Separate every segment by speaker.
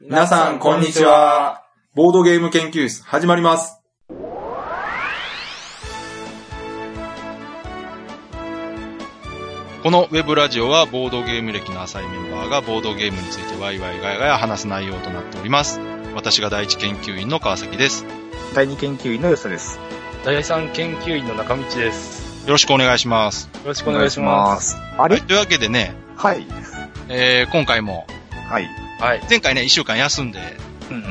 Speaker 1: 皆さん、こんにちは。ボードゲーム研究室、始まります。
Speaker 2: このウェブラジオはボードゲーム歴の浅いメンバーがボードゲームについてワイワイガヤガヤ話す内容となっております。私が第一研究員の川崎です。よ
Speaker 3: 第二研究員のよさです。よ
Speaker 4: 第三研究員の中道です。
Speaker 2: ろしくお願いします。
Speaker 4: よろしくお願いします。
Speaker 3: す。あ
Speaker 2: は
Speaker 3: れ
Speaker 2: い、というわけでね、
Speaker 3: はい。
Speaker 2: えー、今回も、
Speaker 3: はい。
Speaker 4: はい。
Speaker 2: 前回ね、一週間休んで、
Speaker 3: うんうん。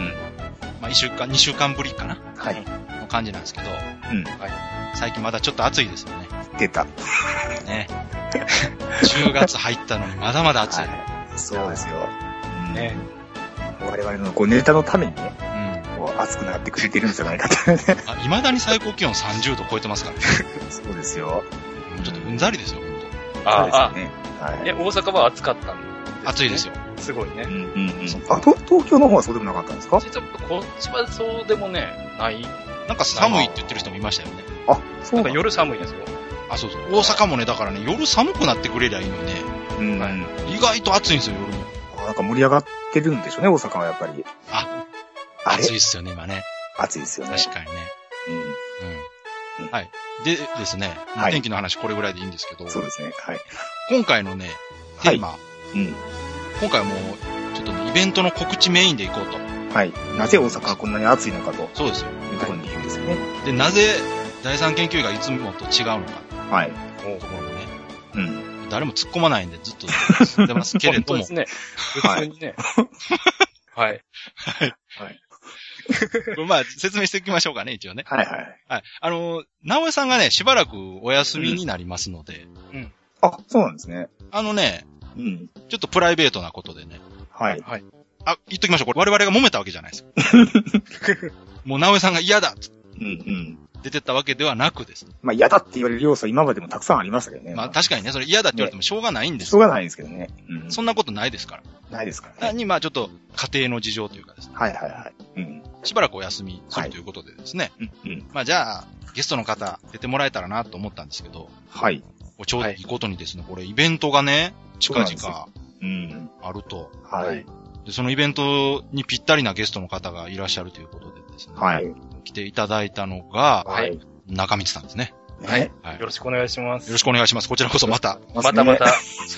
Speaker 2: まあ、一週間、二週間ぶりかな
Speaker 3: はい。
Speaker 2: の感じなんですけど、
Speaker 3: うん
Speaker 2: はい。最近まだちょっと暑いですよね。
Speaker 3: 出た。
Speaker 2: ね。10月入ったのにまだまだ暑い。
Speaker 3: はい。そうですよ。うん
Speaker 2: ね。
Speaker 3: 我々のこうネタのためにね、
Speaker 2: うん。あ、
Speaker 3: こう熱くなってくれてるんじゃないかって。
Speaker 2: 未だに最高気温30度超えてますからね。
Speaker 3: そうですよ。
Speaker 2: もうちょっとうんざりですよ、ほんと。
Speaker 4: あ
Speaker 3: そうですね。
Speaker 4: あ、
Speaker 3: は
Speaker 4: え、
Speaker 3: い。
Speaker 4: 大阪は暑かったんです、
Speaker 2: 暑いです。よ。
Speaker 4: すごいね
Speaker 3: う。んうんうん。あ、と東京の方はそうでもなかったんですか
Speaker 4: 実はこっちはそうでもね、ない。
Speaker 2: なんか寒いって言ってる人もいましたよね。
Speaker 3: あ、そ
Speaker 4: な
Speaker 3: うん
Speaker 4: か
Speaker 3: だ。
Speaker 4: 夜寒いですよ。
Speaker 2: あ、そうそう。大阪もね、だからね、夜寒くなってくれりゃいいのにね、
Speaker 3: うん。
Speaker 4: は
Speaker 3: ないん
Speaker 2: 意外と暑いんですよ、夜も。
Speaker 3: か盛り上がってるんでしょうね、大阪はやっぱり。
Speaker 2: あ、
Speaker 3: あれ
Speaker 2: 暑いっすよね、今ね。
Speaker 3: 暑いですよね。
Speaker 2: 確かにね。
Speaker 3: う
Speaker 2: うん。
Speaker 3: うん
Speaker 2: はい。でですね、
Speaker 3: はい
Speaker 2: 天気の話これぐらいでいいんですけど
Speaker 3: ん。、そうですね。はい。
Speaker 2: 今回のね、テ
Speaker 3: はい
Speaker 2: ーマ、
Speaker 3: うん。
Speaker 2: 今回はもう、ちょっとね、イベントの告知メインでいこうと。
Speaker 3: はい。なぜ大阪はこんなに暑いのかと
Speaker 2: そうですよ。
Speaker 3: いうところに理由ですよね。
Speaker 2: で、なぜ、第三研究員がいつもと違うのか
Speaker 3: はい。
Speaker 2: っていうところもね、
Speaker 3: うん。
Speaker 2: 誰も突っ込まないんでずっと進んでますけれ
Speaker 4: 本当で
Speaker 2: ども、
Speaker 4: すね。
Speaker 3: は
Speaker 4: 普
Speaker 3: い
Speaker 4: 通にね。はい。
Speaker 2: まあ、説明していきましょうかね、一応ね。
Speaker 3: はいはい。
Speaker 2: はい。あの、直江さんがね、しばらくお休みになりますので、
Speaker 3: あ、そうなんですね。
Speaker 2: あのね、
Speaker 3: うん。
Speaker 2: ちょっとプライベートなことでね。
Speaker 3: はい。
Speaker 2: あ、言っときましょう。これ我々が揉めたわけじゃないですよ。もう直江さんが嫌だって
Speaker 3: うんうん。
Speaker 2: 出てったわけではなくです。
Speaker 3: まあ嫌だって言われる要素は今までもたくさんありましたけどね。
Speaker 2: まあ確かにね、それ嫌だって言われてもしょうがないんです
Speaker 3: しょうがないんですけどね。うん。
Speaker 2: そんなことないですから。
Speaker 3: ないですから
Speaker 2: 単
Speaker 3: ね。
Speaker 2: にまあちょっと家庭の事情というかですね、
Speaker 3: はいはいはい。うん。
Speaker 2: しばらくお休みするということでですね。
Speaker 3: うんうん。
Speaker 2: まあじゃあ、ゲストの方出てもらえたらなと思ったんですけど、
Speaker 3: はい。
Speaker 2: ちょうどいいことにですね、これイベントがね、
Speaker 3: そう
Speaker 2: 近
Speaker 3: なんですよ
Speaker 2: 々
Speaker 3: うん。
Speaker 2: あると。
Speaker 3: はい。
Speaker 2: で、そのイベントにぴったりなゲストの方がいらっしゃるということでですね。
Speaker 3: はい。
Speaker 2: 来ていただいたのが、
Speaker 4: はい。
Speaker 2: 中道さんですね。
Speaker 3: ね。
Speaker 2: はい。
Speaker 4: よ
Speaker 2: よ
Speaker 4: ろしくお願いします。
Speaker 2: ろしくお願いします。こちらこそまた、
Speaker 4: またまた、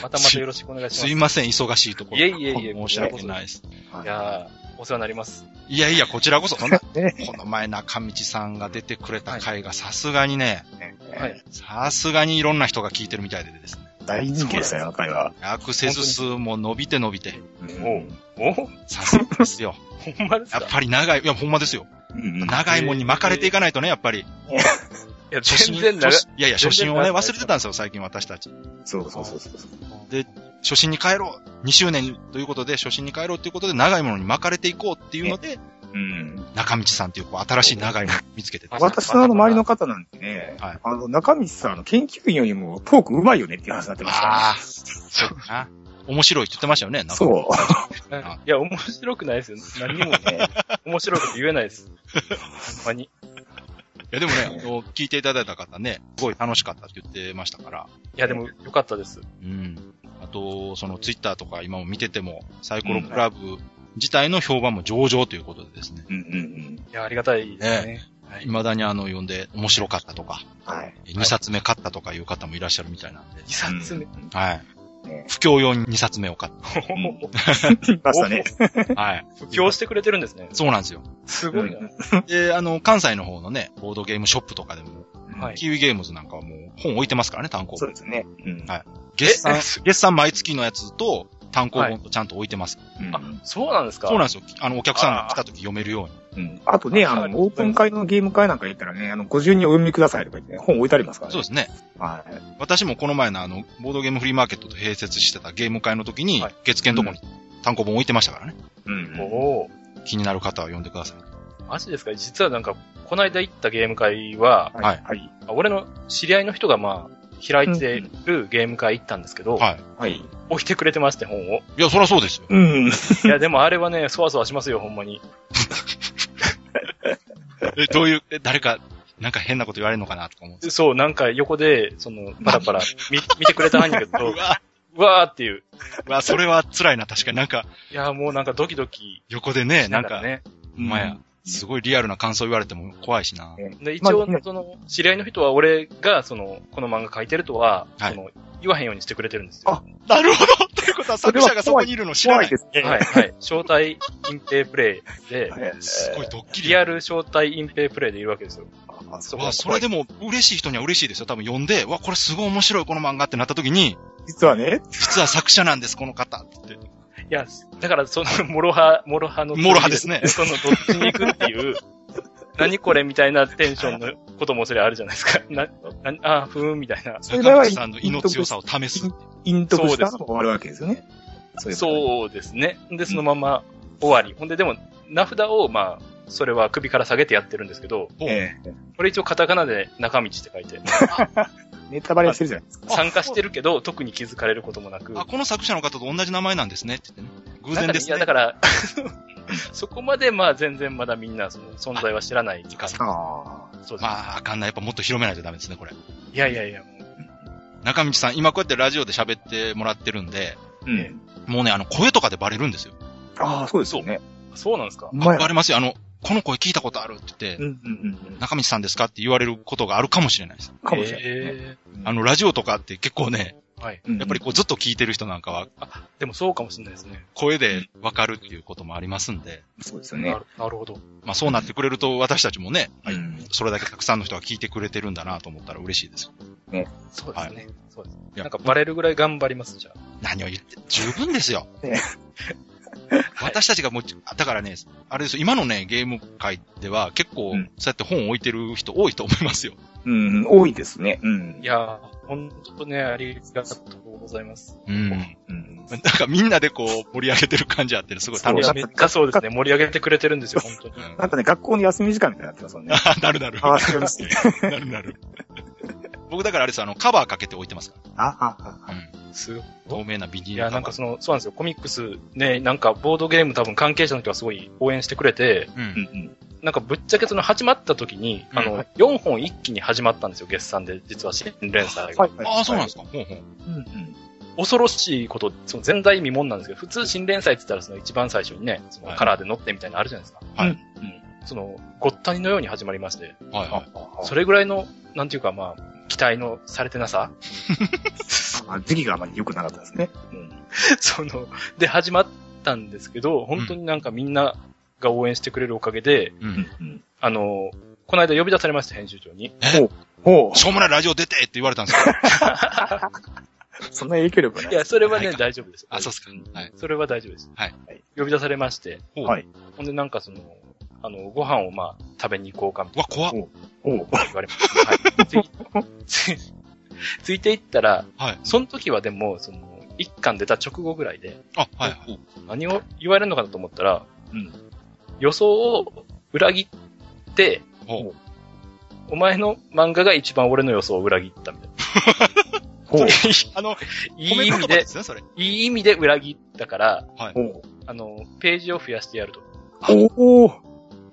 Speaker 4: またまたよろしくお願いしますす。
Speaker 2: いません、忙しいところ。
Speaker 4: いえいえいえ
Speaker 2: 申し訳ないです。
Speaker 3: はい
Speaker 4: いやー、お世話になります。
Speaker 2: いやいや、こちら こそ、そんな
Speaker 3: ね
Speaker 2: この前中道さんが出てくれた回がさすがにね、
Speaker 4: は
Speaker 3: ね
Speaker 4: い。
Speaker 2: さすがにいろんな人が聞いてるみたいでですね。
Speaker 3: 大人気でしたよ、あの回は。
Speaker 2: アクセス数も伸びて伸びて、
Speaker 3: うん
Speaker 4: おうおほ
Speaker 2: さすがです よ。
Speaker 4: んまです
Speaker 2: や
Speaker 4: か
Speaker 2: っぱり長い、いや、ほんまですよ。
Speaker 3: うんうん。
Speaker 2: 長いもんに巻かれていかないとね、やっぱり。
Speaker 4: いや、
Speaker 2: 初心、
Speaker 4: 全然長い。
Speaker 2: いやいや、初心を
Speaker 4: 全
Speaker 2: ね、
Speaker 4: 然長い
Speaker 2: 忘れてたんですよ、最近私たち。
Speaker 3: そうそうそうそう。
Speaker 2: 初心に帰ろう !2 周年ということで、初心に帰ろうということで、長いものに巻かれていこうっていうので、
Speaker 3: うん。
Speaker 2: 中道さんっていうこう新しい長いものを見つけてた。
Speaker 4: はい
Speaker 3: 私のあの周りの方なんてね、
Speaker 2: はい
Speaker 3: あの、中道さんの研究員よりもトーク上手いよねっていう話になってましたね。
Speaker 2: ああ、そうだな。面白いって言ってましたよね、なんか
Speaker 3: そう。
Speaker 2: あ
Speaker 4: いや、面白くないですよ。何もね、面白くて言えないで す。ほんまに。
Speaker 2: いや、でもね、あの聞いていただいた方ね、すごい楽しかったって言ってましたから。
Speaker 4: いや、でも、よかったです。
Speaker 2: うん。あと、そのツイッターとか今も見てても、サイコロクラブ自体の評判も上々ということでですね。
Speaker 3: うんうんうん。
Speaker 4: いや、ありがたいですね。はい
Speaker 2: 未だにあの、読んで面白かったとか、
Speaker 3: はい。
Speaker 2: 2冊目買ったとかいう方もいらっしゃるみたいなんで。
Speaker 4: 二冊目。
Speaker 2: はい
Speaker 3: ね。
Speaker 2: 不況用に2冊目を買っ
Speaker 3: ん言いましたね。
Speaker 2: た。はい。
Speaker 4: 布教してくれてるんですね。
Speaker 2: そうなんですよ。
Speaker 4: すごいな。
Speaker 2: で、あの、関西の方のね、ボードゲームショップとかでも、
Speaker 4: はい。
Speaker 2: キウイゲームズなんかはもう本置いてますからね、単行
Speaker 3: そう
Speaker 2: 本。
Speaker 3: ですね。うん
Speaker 2: はい月産
Speaker 4: え、
Speaker 2: 月産毎月のやつと単行本とちゃんと置いてます。
Speaker 3: うん
Speaker 4: あ、そうなんですか
Speaker 2: そうなん
Speaker 4: ん
Speaker 2: ですよ。あの、お客さんが来た時読めるように。
Speaker 3: うんあとね、あ
Speaker 4: ありが
Speaker 3: の、
Speaker 4: とうご
Speaker 3: オー
Speaker 4: ざ
Speaker 3: プ
Speaker 4: います
Speaker 3: ン会のゲーム会なんか行ったらね、あの、ご順にお読みくださいとか言ってね、本置いてありますからね。
Speaker 2: そうですね。
Speaker 3: はい。
Speaker 2: 私もこの前のあの、ボードゲームフリーマーケットと併設してたゲーム会の時に
Speaker 4: はい、
Speaker 2: 月券のとこに単行本置いてましたからね。
Speaker 3: うんうん。
Speaker 4: おお。
Speaker 2: 気になる方は読んでください。
Speaker 4: マジですか実はなんか、この間行ったゲーム会は、
Speaker 2: はい
Speaker 3: はい。
Speaker 4: 俺の知り合いの人がまあ、開いてるゲーム会行ったんですけど、
Speaker 2: はい。
Speaker 3: はい。
Speaker 4: 置いてくれてまして、本を。
Speaker 2: いや、そらそうですよ。
Speaker 3: うん。
Speaker 4: いや、でもあれはね、そわそわしますよ、ほんまに。
Speaker 2: え、どういう、え誰か、なんか変な こと言われるのかなとか思うんです
Speaker 4: そう、なんか横で、その、パラパラ見、見てくれたんやけ
Speaker 2: けど。
Speaker 4: ど
Speaker 2: う、わ
Speaker 4: うわーっていう。
Speaker 2: わ、それは辛いな、確かになんか、
Speaker 4: いやー、もうなんかドキドキ
Speaker 2: 横でね、
Speaker 4: し
Speaker 2: な
Speaker 4: なんがら
Speaker 2: か、
Speaker 4: ね。
Speaker 2: ほんまや、すごいリアルな感想言われても怖いしな。
Speaker 4: で一
Speaker 3: まあ
Speaker 4: 応
Speaker 3: ね、
Speaker 4: その、知り合いの人は俺が、その、この漫画描いてるとは、
Speaker 2: はい
Speaker 4: その、言わへんようにしてくれてるんですよ。
Speaker 3: あ
Speaker 2: なるほどということは作者がそこにいるの知ら
Speaker 3: 怖
Speaker 2: ないい。
Speaker 3: ですね。
Speaker 4: はい、はい。招待隠蔽プレイで、
Speaker 3: はい
Speaker 2: すごいドッキリ
Speaker 4: リ
Speaker 2: や。
Speaker 4: アル招待隠蔽プレイでいるわけですよ。
Speaker 3: あそこ
Speaker 2: わ、それでも嬉しい人には嬉しいですよ。多分読んで、わ、これすごい面白いこの漫画ってなった時に、
Speaker 3: 実はね、
Speaker 2: 実は作者なんです、この方って。
Speaker 4: いや、だからその、もろは、もろはの。
Speaker 2: もろはですね
Speaker 4: その、どっちに行くって いう、何これみたいなテンションのこともそれあるじゃないですか。な、なあー、ふーんみたいな。
Speaker 3: それ
Speaker 2: 中
Speaker 3: は
Speaker 2: 道さんの胃の強さを試す。
Speaker 3: 陰徳した
Speaker 4: そう
Speaker 3: のが終わるわけですよね。そいことね
Speaker 4: そうですね。で、そのまま終わり。ほんで、でも、名札を、まあ、それは首から下げてやってるんですけど、
Speaker 2: ほう
Speaker 3: ええ
Speaker 4: これ一応カタカナで中道って書いて、
Speaker 3: ネタバレしてるじゃないですか。
Speaker 4: 参加してるけど、特に気づかれることもなく。
Speaker 2: あ、この作者の方と同じ名前なんですねって言ってね。
Speaker 4: な
Speaker 2: 偶
Speaker 4: ん
Speaker 2: 然
Speaker 4: かね
Speaker 2: です
Speaker 4: いや、
Speaker 2: ね
Speaker 4: だ。から、 そこまで、まあ、全然まだみんな、その、存在は知らない。
Speaker 2: いかん
Speaker 3: ああ。
Speaker 4: そうですね。
Speaker 2: まあ、あかんな。やっぱもっと広めないとダメですね、これ。
Speaker 4: いやいやいや、もう
Speaker 2: 中道さん、今こうやってラジオで喋ってもらってるんで、
Speaker 3: うん。
Speaker 2: もうね、あの、声とかでバレるんですよ。
Speaker 3: ああ、そうですよね。
Speaker 4: そうなんですか
Speaker 2: あ
Speaker 3: うまい
Speaker 2: バレますよ。あの、この声聞いたことあるって言って、
Speaker 3: うんうんうんうん。
Speaker 2: 中道さんですかって言われることがあるかもしれないです。
Speaker 3: かもしれないですね。
Speaker 4: え
Speaker 2: あの、ラジオとかって結構ね、
Speaker 4: ーはい。
Speaker 3: うん
Speaker 2: やっぱりこうずっと聞いてる人なんかは、
Speaker 4: あ、でもそうかもしれないですね。
Speaker 2: 声でわかるっていうこともありますんで、
Speaker 3: そうですよ
Speaker 4: な
Speaker 3: ね。
Speaker 4: るなるほど。
Speaker 2: まあそうなってくれると私たちもね、はい
Speaker 3: うん
Speaker 2: それだけたくさんの人が聞いてくれてるんだなと思ったら嬉しいです。
Speaker 4: そうですね。そうです。
Speaker 2: いや
Speaker 4: なんか、バレるぐらい頑張ります、じゃあ。
Speaker 2: 何を言って、十分ですよ
Speaker 3: ね。
Speaker 2: 私たちがもう、だからね、あれですよ、今のね、ゲーム界では結構、
Speaker 3: うん
Speaker 2: そうやって本置いてる人多いと思いますよ。
Speaker 3: うん、多いですね。うん。
Speaker 4: いやー、ほんとね、ありがとうございます。
Speaker 2: うん。
Speaker 3: うん。
Speaker 2: なんかみんなでこう、盛り上げてる感じあってね、すごい
Speaker 4: い
Speaker 2: 楽し
Speaker 4: や
Speaker 2: い。
Speaker 4: めっちゃそうですね。盛り上げてくれてるんですよ、本当に。
Speaker 2: うん
Speaker 3: なんかね、学校の休み時間みたいになってます もんね。
Speaker 2: あ なるなる。
Speaker 3: ああ、そうですね。
Speaker 2: なるなる。僕だからあれです、あの、カバーかけて置いてますか
Speaker 3: ああ、あ
Speaker 2: ら。
Speaker 4: すごい。
Speaker 2: 透明なビニー
Speaker 4: い
Speaker 2: ルカバ
Speaker 4: や、
Speaker 2: ー。
Speaker 4: なんかその、そうなんですよ。コミックスね、なんかボードゲーム多分関係者の人がすごい応援してくれて、
Speaker 2: う。
Speaker 3: うんん
Speaker 4: なんかぶっちゃけその始まった時に、
Speaker 2: うん
Speaker 4: あの、4本一気に始まったんですよ、月産で、実は新連載
Speaker 3: うん。
Speaker 4: が。
Speaker 3: い
Speaker 2: ああ、そうなんですか。ほうほう。
Speaker 3: うんうん。
Speaker 4: 恐ろしいこと、その前代未聞なんですけど、普通新連載って言ったらその一番最初にね、そのカラーで乗ってみたいなのあるじゃないですか。
Speaker 2: はい
Speaker 3: うん
Speaker 4: その、ごったにのように始まりまして、
Speaker 2: はいは
Speaker 4: それぐらいの、なんていうかまあ、期待のされてなさ
Speaker 3: あ時期があまり良くなかったですね。うん。
Speaker 4: その、で始まったんですけど、本当になんかみんなが応援してくれるおかげで、
Speaker 2: い。う
Speaker 3: うん
Speaker 2: ん。
Speaker 3: うん。
Speaker 4: あの、この間呼び出されました、編集長に。
Speaker 3: ほう。
Speaker 2: しょうもないラジオ出てって言われたんですよ。
Speaker 3: そんな影響力ない
Speaker 4: い。や、それは
Speaker 2: な
Speaker 4: ね、
Speaker 2: いか
Speaker 4: 大丈夫です。
Speaker 2: あ、そうっすか。はい。
Speaker 4: それは大丈夫です。
Speaker 2: はい
Speaker 4: 呼び出されまして、
Speaker 2: ほう
Speaker 3: はい
Speaker 4: ほんでなんかその、あの、ご飯をまあ、食べに行こうかみた
Speaker 2: うわ、怖っ。
Speaker 3: ほう。
Speaker 4: いな言われました。はい。つい、ついついていったら、
Speaker 2: はい。
Speaker 4: その時はでも、その、一巻出た直後ぐらいで、
Speaker 2: あ、はいはい。
Speaker 4: 何を言われるのかなと思ったら、
Speaker 3: うん
Speaker 4: 予想を裏切って、
Speaker 2: ほう。
Speaker 4: お前の漫画が一番俺の予想を裏切ったみたいな。
Speaker 3: ほう。
Speaker 2: あの、
Speaker 4: い
Speaker 2: 褒
Speaker 4: い
Speaker 2: め
Speaker 4: 意
Speaker 2: 言葉
Speaker 4: 味で
Speaker 2: で、すね、それ。
Speaker 4: いい意味で裏切ったから、
Speaker 2: はい。
Speaker 3: ほう。
Speaker 4: あの、ページを増やしてやると。
Speaker 3: ほう。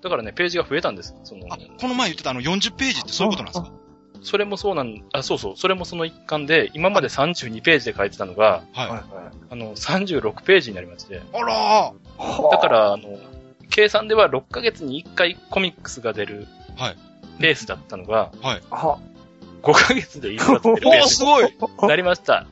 Speaker 4: だからね、ページが増えたんです。その
Speaker 2: あ、この前言ってたあの40ページってそういうことなんですか
Speaker 4: それもそうなん、あ、そうそう、それもその一環で、今まで32ページで書いてたのが、
Speaker 2: はい。
Speaker 4: あの、36ページになりまして、
Speaker 2: あら
Speaker 3: は
Speaker 4: だか、ら、あの、計算では6ヶ月に1回コミックスが出る
Speaker 2: はい、
Speaker 4: ペースだったのが、
Speaker 3: は、
Speaker 4: 5ヶ月で一冊出る
Speaker 2: ー
Speaker 4: ペ
Speaker 2: お
Speaker 4: ー
Speaker 2: ー
Speaker 4: ス
Speaker 2: すごい
Speaker 4: になりました。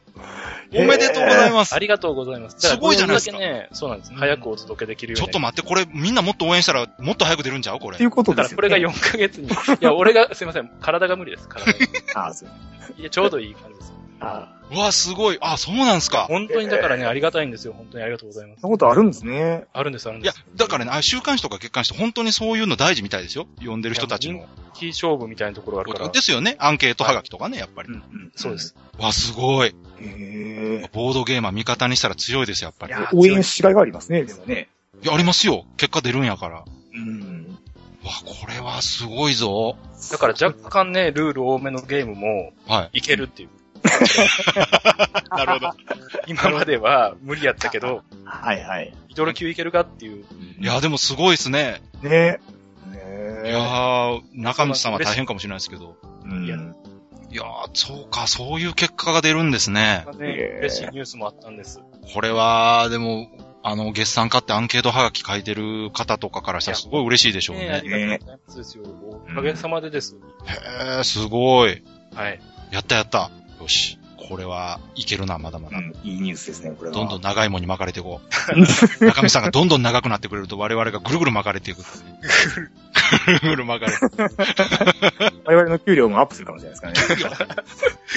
Speaker 2: おめでとうございます
Speaker 4: ありがとうございます。
Speaker 2: すごいじゃないですか
Speaker 4: だらこれだけね、そうなんです。早くお届けできるよう
Speaker 2: ちょ
Speaker 4: に
Speaker 2: っ
Speaker 4: なりました
Speaker 2: と待って、これみんなもっと応援したらもっと早く出るんじゃうこれ
Speaker 3: ってい。うこと
Speaker 4: だ
Speaker 3: で
Speaker 4: か
Speaker 3: す
Speaker 4: ら
Speaker 3: よ
Speaker 4: これが4ヶ月に。いや、俺が、すいません。体が無理です。体が。
Speaker 3: ああ、そう。
Speaker 4: いや、ちょうどいい感じです。
Speaker 3: あ
Speaker 2: うわ、すごい。あ、そうなんすか。
Speaker 4: 本当にだからね、ありがたいんですよ。本当にありがとうございま
Speaker 3: そ
Speaker 4: す。
Speaker 3: んなことあるんですね。
Speaker 4: あるんです、あるん
Speaker 2: い
Speaker 4: で
Speaker 2: や
Speaker 4: す。、
Speaker 2: だからね、あ週刊誌とか月刊誌って本当にそういうの大事みたいですよ。読んでる人たち
Speaker 4: い
Speaker 2: の
Speaker 4: キー勝負みたいなところがある
Speaker 2: こ
Speaker 4: か
Speaker 2: と。
Speaker 4: ら
Speaker 2: で。すよね。アンケートはがきとかね、やっぱり。
Speaker 3: ん。
Speaker 4: そうで。す。
Speaker 2: わ、すごい。
Speaker 3: へえ。
Speaker 2: ボードゲーマー味方にしたら強いです、やっぱり。い
Speaker 4: いや
Speaker 3: 応援しがいがありますね、でもね。
Speaker 2: や、ありますよ。結果出るんやから。わ、
Speaker 3: うん。
Speaker 2: これはすごいぞ。
Speaker 4: だから若干ね、ルール多めのゲームも
Speaker 2: はい
Speaker 4: けるっていう。
Speaker 2: い。なるほど。
Speaker 4: 今までは無理やったけど、
Speaker 3: はいはい。
Speaker 4: ミドル級いけるかっていう。
Speaker 2: いや、でもすごいですね。
Speaker 3: ねえ。ね
Speaker 2: い
Speaker 3: え。
Speaker 2: やー、中道さんは大変かもしれないですけど。
Speaker 3: うん
Speaker 4: いや
Speaker 2: いやー、そうか、そういう結果が出るんですね。
Speaker 4: ね
Speaker 3: ええ
Speaker 4: 嬉しいニュースもあったんです。
Speaker 2: これは、でも、あの、月産化ってアンケートはがき書いてる方とかからしたらすごい嬉しいでしょう
Speaker 4: ねえあ
Speaker 2: ね。
Speaker 4: りがとうございますですよ。おかげさまでです。
Speaker 2: へえ、すごい。
Speaker 4: はい。
Speaker 2: やったやった。よし。これはいけるな、まだま
Speaker 3: う
Speaker 2: だ。
Speaker 3: ん、いいニュースですね、これは。
Speaker 2: どんどん長いもんに巻かれていこう。中身さんがどんどん長くなってくれると我々がぐるぐる巻かれていく。ぐるぐる巻かれて
Speaker 3: 我々の給料もアップするかもしれないですか
Speaker 2: いくよ。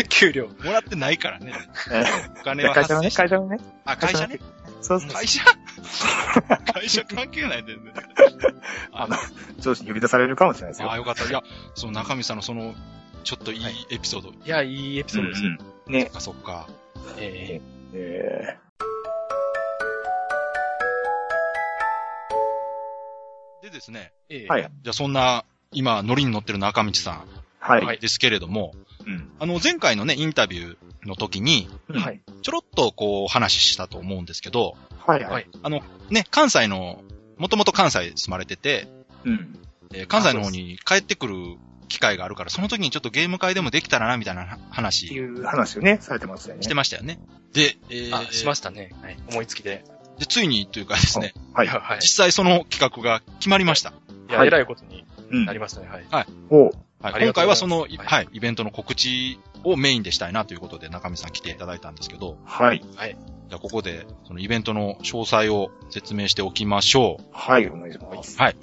Speaker 4: 給料。
Speaker 2: もらってないから ね。
Speaker 3: らね。
Speaker 2: お金は
Speaker 3: 会
Speaker 2: 発
Speaker 3: 社
Speaker 2: 生
Speaker 3: のね、
Speaker 2: して。
Speaker 3: 会社のね。
Speaker 2: あ、会社ね。
Speaker 3: そうそう。
Speaker 2: 会社 会社関係ないでね。あの、
Speaker 3: 上司に呼び出されるかもしれないですよ。
Speaker 2: あ、よかった。いや、その中身さんのその、ちょっといいエピソード。
Speaker 4: いや、いいエピソードですよ。
Speaker 3: うんね。
Speaker 2: あ、そっか。
Speaker 4: ええ
Speaker 3: え
Speaker 2: でですね、
Speaker 4: ええ
Speaker 3: はい
Speaker 2: じゃあそんな、今、ノリに乗ってる中道さん
Speaker 3: ーはい。
Speaker 4: はい
Speaker 2: ですけれども、
Speaker 3: うん。
Speaker 2: あの、前回のね、インタビューの時に、
Speaker 3: うん
Speaker 4: はい。
Speaker 2: ちょろっとこう、話したと思うんですけど、
Speaker 3: はい。
Speaker 4: は
Speaker 3: はいい。
Speaker 2: あの、ね、関西の、もともと関西住まれてて、
Speaker 3: うん。
Speaker 2: えー関西の方に帰ってくる機会があるから、その時にちょっとゲーム会でもできたらな、みたいな話
Speaker 3: っていう話をね、されてましたよね。
Speaker 2: してましたよね。で、えー
Speaker 4: あ、しましたね。はい。思いつきで。
Speaker 2: でついにというかですね、
Speaker 3: はい
Speaker 4: いや、はい。
Speaker 2: 実際その企画が決まりました。
Speaker 4: いや、
Speaker 3: はい
Speaker 4: えらいことに
Speaker 3: うん
Speaker 4: なりましたね。はい。
Speaker 3: おう
Speaker 2: はい
Speaker 4: ありが
Speaker 2: 今
Speaker 4: とう
Speaker 2: 回
Speaker 4: ご
Speaker 2: は
Speaker 4: ざ
Speaker 2: そ
Speaker 4: います
Speaker 2: の、い
Speaker 4: はい
Speaker 2: はい、イベントの告知をメインでしたいなということで、中見さん来ていただいたんですけど、
Speaker 3: はい。
Speaker 2: じゃあここで、そのイベントの詳細を説明しておきましょ
Speaker 3: はい、お願いします。
Speaker 2: はいいう。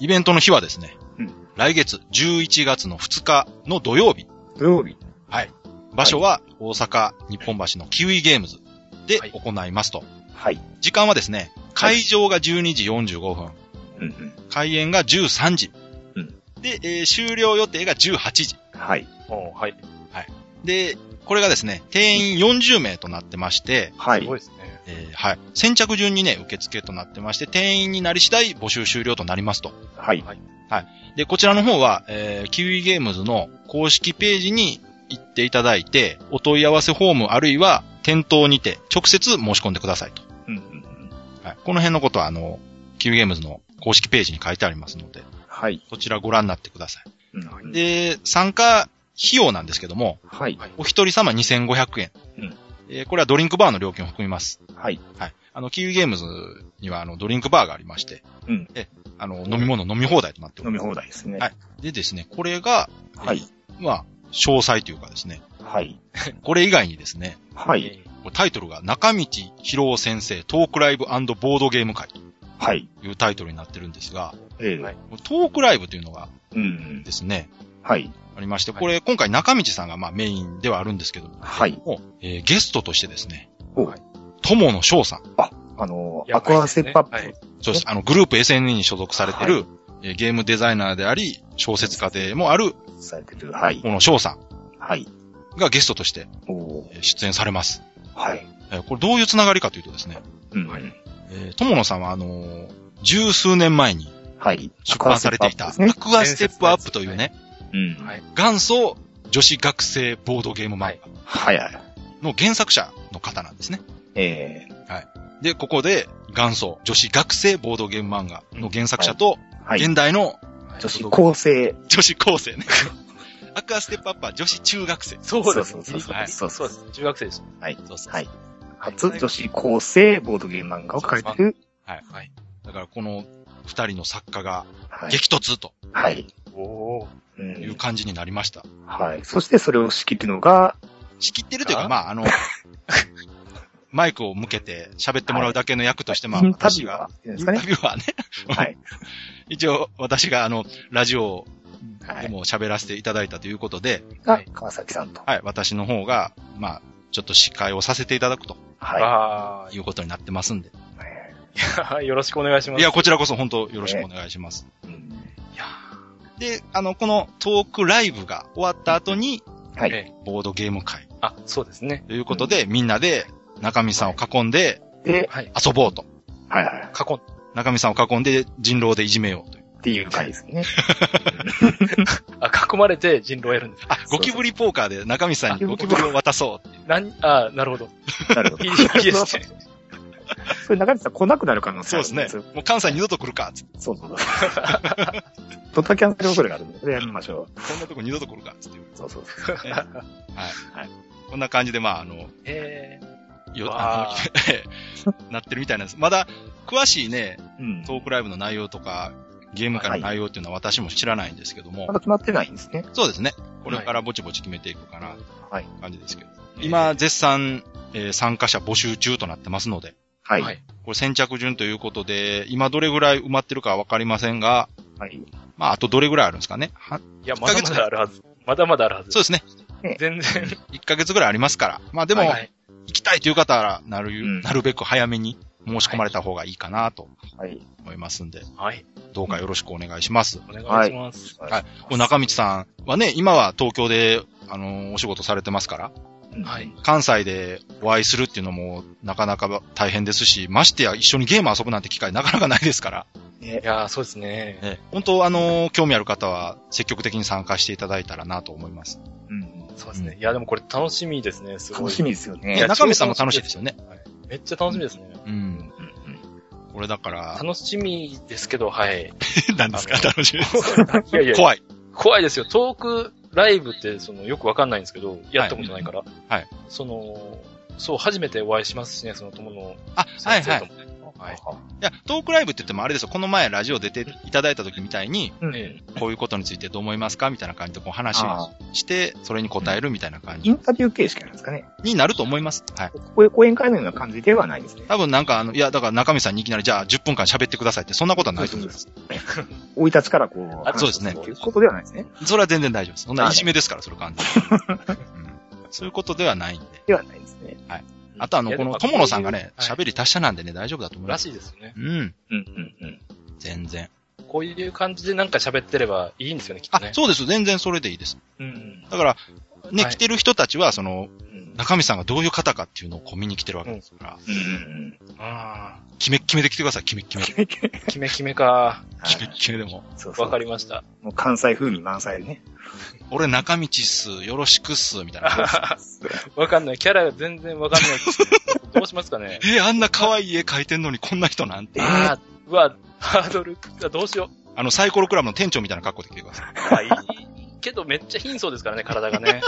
Speaker 2: イベントの日はですね、
Speaker 3: うん
Speaker 2: 来月11月の2日の土曜日、
Speaker 3: 土曜日。
Speaker 2: 場所は大阪日本橋のキウイゲームズで
Speaker 4: はい
Speaker 2: 行いますと。
Speaker 3: はい。
Speaker 2: 時間はですね、
Speaker 3: は
Speaker 2: 会
Speaker 3: い
Speaker 2: 場が12時45分、
Speaker 3: うんうん。
Speaker 2: 開演が13時。
Speaker 3: うん
Speaker 2: で、えー終了予定が18時。
Speaker 3: はい。
Speaker 4: おうはい。
Speaker 2: で、これがですね、定員40名となってまして、
Speaker 3: は
Speaker 4: す
Speaker 3: い
Speaker 4: ご。いですね。
Speaker 2: えーはい。先着順にね、受付となってまして、定員になり次第募集終了となりますと。
Speaker 3: はい。
Speaker 2: で、こちらの方は、えー、キウイゲームズの公式ページに行っていただいて、お問い合わせフォームあるいは店頭にて直接申し込んでくださいと。
Speaker 3: うんうん。
Speaker 2: はい。この辺のことは、あの、キウイゲームズの公式ページに書いてありますので、
Speaker 3: はい。
Speaker 2: そちらご覧になってください。
Speaker 3: うん
Speaker 2: で、参加費用なんですけども、
Speaker 3: はい。
Speaker 2: お一人様2500円。
Speaker 3: うん
Speaker 2: えーこれはドリンクバーの料金を含みます。
Speaker 3: はい。
Speaker 2: はい。あの、キウイゲームズには、あの、ドリンクバーがありまして、
Speaker 3: うん
Speaker 2: え、あの、飲み物飲み放題となっており
Speaker 3: 飲み
Speaker 2: ます。
Speaker 3: 放題ですね。
Speaker 2: はいでですね、これが、
Speaker 3: はい。
Speaker 2: まあ、詳細というかですね、
Speaker 3: はい。
Speaker 2: これ以外にですね、
Speaker 3: はい。
Speaker 2: タイトルが、中道博夫先生トークライブボードゲーム会と
Speaker 3: はい。
Speaker 2: いうタイトルになってるんですが、
Speaker 3: ええ
Speaker 4: はい
Speaker 2: トークライブというのが
Speaker 3: うんうん。
Speaker 2: ですね、
Speaker 3: はい。
Speaker 2: ありまして、
Speaker 4: はい
Speaker 2: これ、今回中道さんがまあメインではあるんですけども、
Speaker 3: はい。
Speaker 2: えーゲストとしてですね、
Speaker 3: おう
Speaker 2: 友野翔さん、
Speaker 3: あの、
Speaker 4: や
Speaker 3: ア
Speaker 4: ばい
Speaker 3: クア
Speaker 4: です
Speaker 3: セ
Speaker 4: ね
Speaker 3: ップアッ
Speaker 4: はい
Speaker 3: プ。
Speaker 2: そうです。あの、グループ SNE に所属されてる、えーゲームデザイナーであり、小説家でもある、
Speaker 3: されてる。はい。
Speaker 2: この翔さ
Speaker 3: はい。
Speaker 2: んがゲストとして
Speaker 3: おお
Speaker 2: えー出演されます。
Speaker 3: はい。
Speaker 2: えーこれどういうつながりかというとですね、
Speaker 3: うん。
Speaker 2: えー友野さんはあのー十数年前に
Speaker 3: はい。
Speaker 2: 出版されていた、
Speaker 3: ア
Speaker 2: ア
Speaker 3: クアセップアップですね
Speaker 2: クアステップアップというね、
Speaker 3: うん。
Speaker 4: はい
Speaker 2: 元祖女子学生ボードゲーム漫画
Speaker 3: はいはい。
Speaker 2: の原作者の方なんですね。
Speaker 3: ええ
Speaker 2: で、ここで元祖女子学生ボードゲーム漫画の原作者と、
Speaker 3: はい。
Speaker 2: 現代の
Speaker 3: 女子高生。
Speaker 2: 女子高生ね。 アクアステップアップは女子中学生。
Speaker 4: そ
Speaker 3: そうそ
Speaker 4: そう
Speaker 3: う
Speaker 4: そ
Speaker 3: そうう。
Speaker 2: はい
Speaker 3: そう
Speaker 4: そ
Speaker 3: そうう
Speaker 4: で
Speaker 3: そう。
Speaker 4: す。中学生です。
Speaker 2: そうそうそう
Speaker 3: はい。初女子高生ボードゲーム漫画を書いてる。
Speaker 2: はい。だからこの二人の作家が
Speaker 3: はい。
Speaker 2: 激突と
Speaker 3: はい。
Speaker 4: おお
Speaker 3: う。
Speaker 2: いうん感じになりました。
Speaker 3: はい。そしてそれを仕切るのが、
Speaker 2: 仕切ってるというか、
Speaker 4: あ
Speaker 2: まあ、あの、 マイクを向けて喋ってもらうだけの役として、まあ、
Speaker 3: インタビ
Speaker 2: 私
Speaker 3: ュア
Speaker 2: が、
Speaker 3: ーっていうん
Speaker 2: イ
Speaker 3: で
Speaker 2: ン
Speaker 3: すか
Speaker 2: タ
Speaker 3: ね。
Speaker 2: ビュアーね、
Speaker 3: はい。
Speaker 2: 一応私があの、ラジオ
Speaker 3: は
Speaker 2: で
Speaker 3: い。
Speaker 2: も喋らせていただいたということで、
Speaker 3: が、川崎さんと。
Speaker 2: はい、私の方が、まあ、ちょっと司会をさせていただくと
Speaker 4: ー。あ
Speaker 3: は
Speaker 2: いうことになってますんで。
Speaker 4: あ。よろしくお願いしま
Speaker 2: い
Speaker 4: す。
Speaker 2: や、こちらこそ本当よろしくお願いします。
Speaker 3: い。うん
Speaker 4: いや
Speaker 2: で、あの、このトークライブが終わった後に、
Speaker 3: は
Speaker 4: え
Speaker 3: い。
Speaker 2: ボードゲーム会
Speaker 4: あ、そうですね。
Speaker 2: ということで、みんなで中見さんを囲んで
Speaker 3: で、
Speaker 4: はい。
Speaker 2: 遊ぼうと。
Speaker 3: はいはい。
Speaker 4: 過去、
Speaker 2: 中見さんを囲んで人狼でいじめようという。
Speaker 3: っていう回ですね。
Speaker 4: あ、囲まれて人狼やるんです。
Speaker 2: あ、ゴキブリポーカーで中見さんにゴキブリを渡そうっていう。
Speaker 4: なん、あなるほど。
Speaker 3: なるほ
Speaker 4: い
Speaker 3: ど
Speaker 4: い、いいですね。
Speaker 3: それ中西さん来なくなる可能性
Speaker 2: そう
Speaker 3: あ
Speaker 2: で
Speaker 3: る
Speaker 2: す
Speaker 3: んで
Speaker 2: ね
Speaker 3: すよ。。
Speaker 2: もう関西二度と来るか、つって。
Speaker 3: そうそうそう。ドタキャンする恐れがあるんで、それやめましょ
Speaker 2: こんなとこ二度と来るか、つって。
Speaker 3: う。そうそうそう。
Speaker 2: こんな感じで、まあ、あの、
Speaker 4: え
Speaker 2: よ、
Speaker 4: わ
Speaker 2: あ
Speaker 4: あ
Speaker 2: の、 なってるみたいなんです。まだ、詳しいね、
Speaker 3: うん。
Speaker 2: トークライブの内容とか、ゲーム会の内容っていうのは私も知らないんですけども、
Speaker 3: まだ決まってないんですね。
Speaker 2: そうですね。これからぼちぼち決めていくかな、
Speaker 3: はい
Speaker 2: 感じですけど。今、絶賛、えー参加者募集中となってますので、
Speaker 3: はい。
Speaker 4: は
Speaker 3: はいい。
Speaker 2: これ先着順ということで、今どれぐらい埋まってるかわかりませんが、まあ、あとどれぐらいあるんですかね。は
Speaker 4: ーいや、
Speaker 2: 1
Speaker 4: まだ
Speaker 2: ヶ
Speaker 4: ま
Speaker 2: 月
Speaker 4: だあるはず。まだまだあるはず。
Speaker 2: そうですね。
Speaker 4: 全然。
Speaker 2: 1ヶ月ぐらいありますから。まあでも、
Speaker 4: はいはい
Speaker 2: 行きたいという方は、なる、
Speaker 3: ん
Speaker 2: なるべく早めに申し込まれた方がいいかなと
Speaker 3: はい。
Speaker 2: 思いますんで、
Speaker 4: はい。
Speaker 2: どうかよろしくお願いします。
Speaker 4: お願いします。
Speaker 2: はい。これ中道さんはね、今は東京で、あのーお仕事されてますから、
Speaker 4: はい。
Speaker 2: 関西でお会いするっていうのもなかなか大変ですし、ましてや一緒にゲーム遊ぶなんて機会なかなかないですから、
Speaker 4: いやー、そうですね。
Speaker 2: 本当あのー興味ある方は積極的に参加していただいたらなと思います。
Speaker 3: うん。
Speaker 4: そうですね。いや、でもこれ楽しみですね。すごい。
Speaker 3: 楽しみですよね。
Speaker 2: ね、中道さんも楽しいですよね。
Speaker 4: めっちゃ楽しみですね。
Speaker 2: うん。
Speaker 3: うんうん
Speaker 2: これだから、
Speaker 4: 楽しみですけど、はい。
Speaker 2: なんですか
Speaker 4: あの
Speaker 2: 楽しみです。
Speaker 4: いやいや、
Speaker 2: 怖い。
Speaker 4: 怖いですよ。トークライブって、その、よくわかんないんですけど、やったことないから。
Speaker 2: はい。
Speaker 4: その、そう、初めてお会いしますしね、その友の
Speaker 2: あ、はい
Speaker 4: 先
Speaker 2: は
Speaker 4: 生
Speaker 2: い。
Speaker 4: と
Speaker 2: い
Speaker 4: もね。はい。
Speaker 2: や、トークライブって言ってもあれですよ。この前ラジオ出ていただいた時みたいに、
Speaker 3: うん
Speaker 4: ええ
Speaker 2: こういうことについてどう思いますかみたいな感じでこう話を
Speaker 3: あ
Speaker 2: して、それに答えるみたいな感
Speaker 3: イ
Speaker 2: じ
Speaker 3: ンタビュー形式なんですかね。
Speaker 2: になると思います。はい。
Speaker 3: こういう講演会のような感じではないですね。
Speaker 2: 多分なんかあの、いや、だから中身さんにいきなりじゃあ10分間喋ってくださいって、そんなことはないと思います。
Speaker 3: 生い立ちからこう、
Speaker 4: あ
Speaker 2: そうですね
Speaker 3: 話をるということではないですね。
Speaker 2: それは全然大丈夫です。そんな
Speaker 3: あ
Speaker 2: いじめですから、それ完全に、うんそういうことではないんで。
Speaker 3: ではないですね。
Speaker 2: あとあの、この友野さんがね、
Speaker 4: いやでも
Speaker 2: 喋り達者なんでね、大丈夫だと思いま
Speaker 4: ら
Speaker 2: す。
Speaker 4: しいですよね。
Speaker 2: うん、
Speaker 3: うんうんうん。
Speaker 2: 全然。
Speaker 4: こういう感じでなんか喋ってればいいんですよね、きっと
Speaker 2: あ、
Speaker 4: ね。
Speaker 2: そうです。全然それでいいです。
Speaker 4: うんうん。
Speaker 2: だから、ね、
Speaker 4: はい
Speaker 2: 来てる人たちは、その、
Speaker 4: うん。
Speaker 2: 中身さんがどういう方かっていうのをこう見に来てるわけですから、
Speaker 3: うんうん
Speaker 4: ああ、
Speaker 2: キメッキメで来てください、キメッキメ。キメ
Speaker 4: キメキメか。
Speaker 2: ッキメでも。
Speaker 3: そうそう。
Speaker 4: わかりました。
Speaker 3: もう関西風味満載でね。
Speaker 2: 俺中道っす、よろしくっす、みたいな。
Speaker 4: わかんない。キャラが全然わかんないです。 どうしますかね。
Speaker 2: えあんな可愛い絵描いてんのにこんな人なんて。
Speaker 4: ああ、うわ、ハードル、あどうしよう。
Speaker 2: あの、サイコロクラブの店長みたいな格好で来てください。
Speaker 4: まあいいけどめっちゃ貧相ですからね、体がね。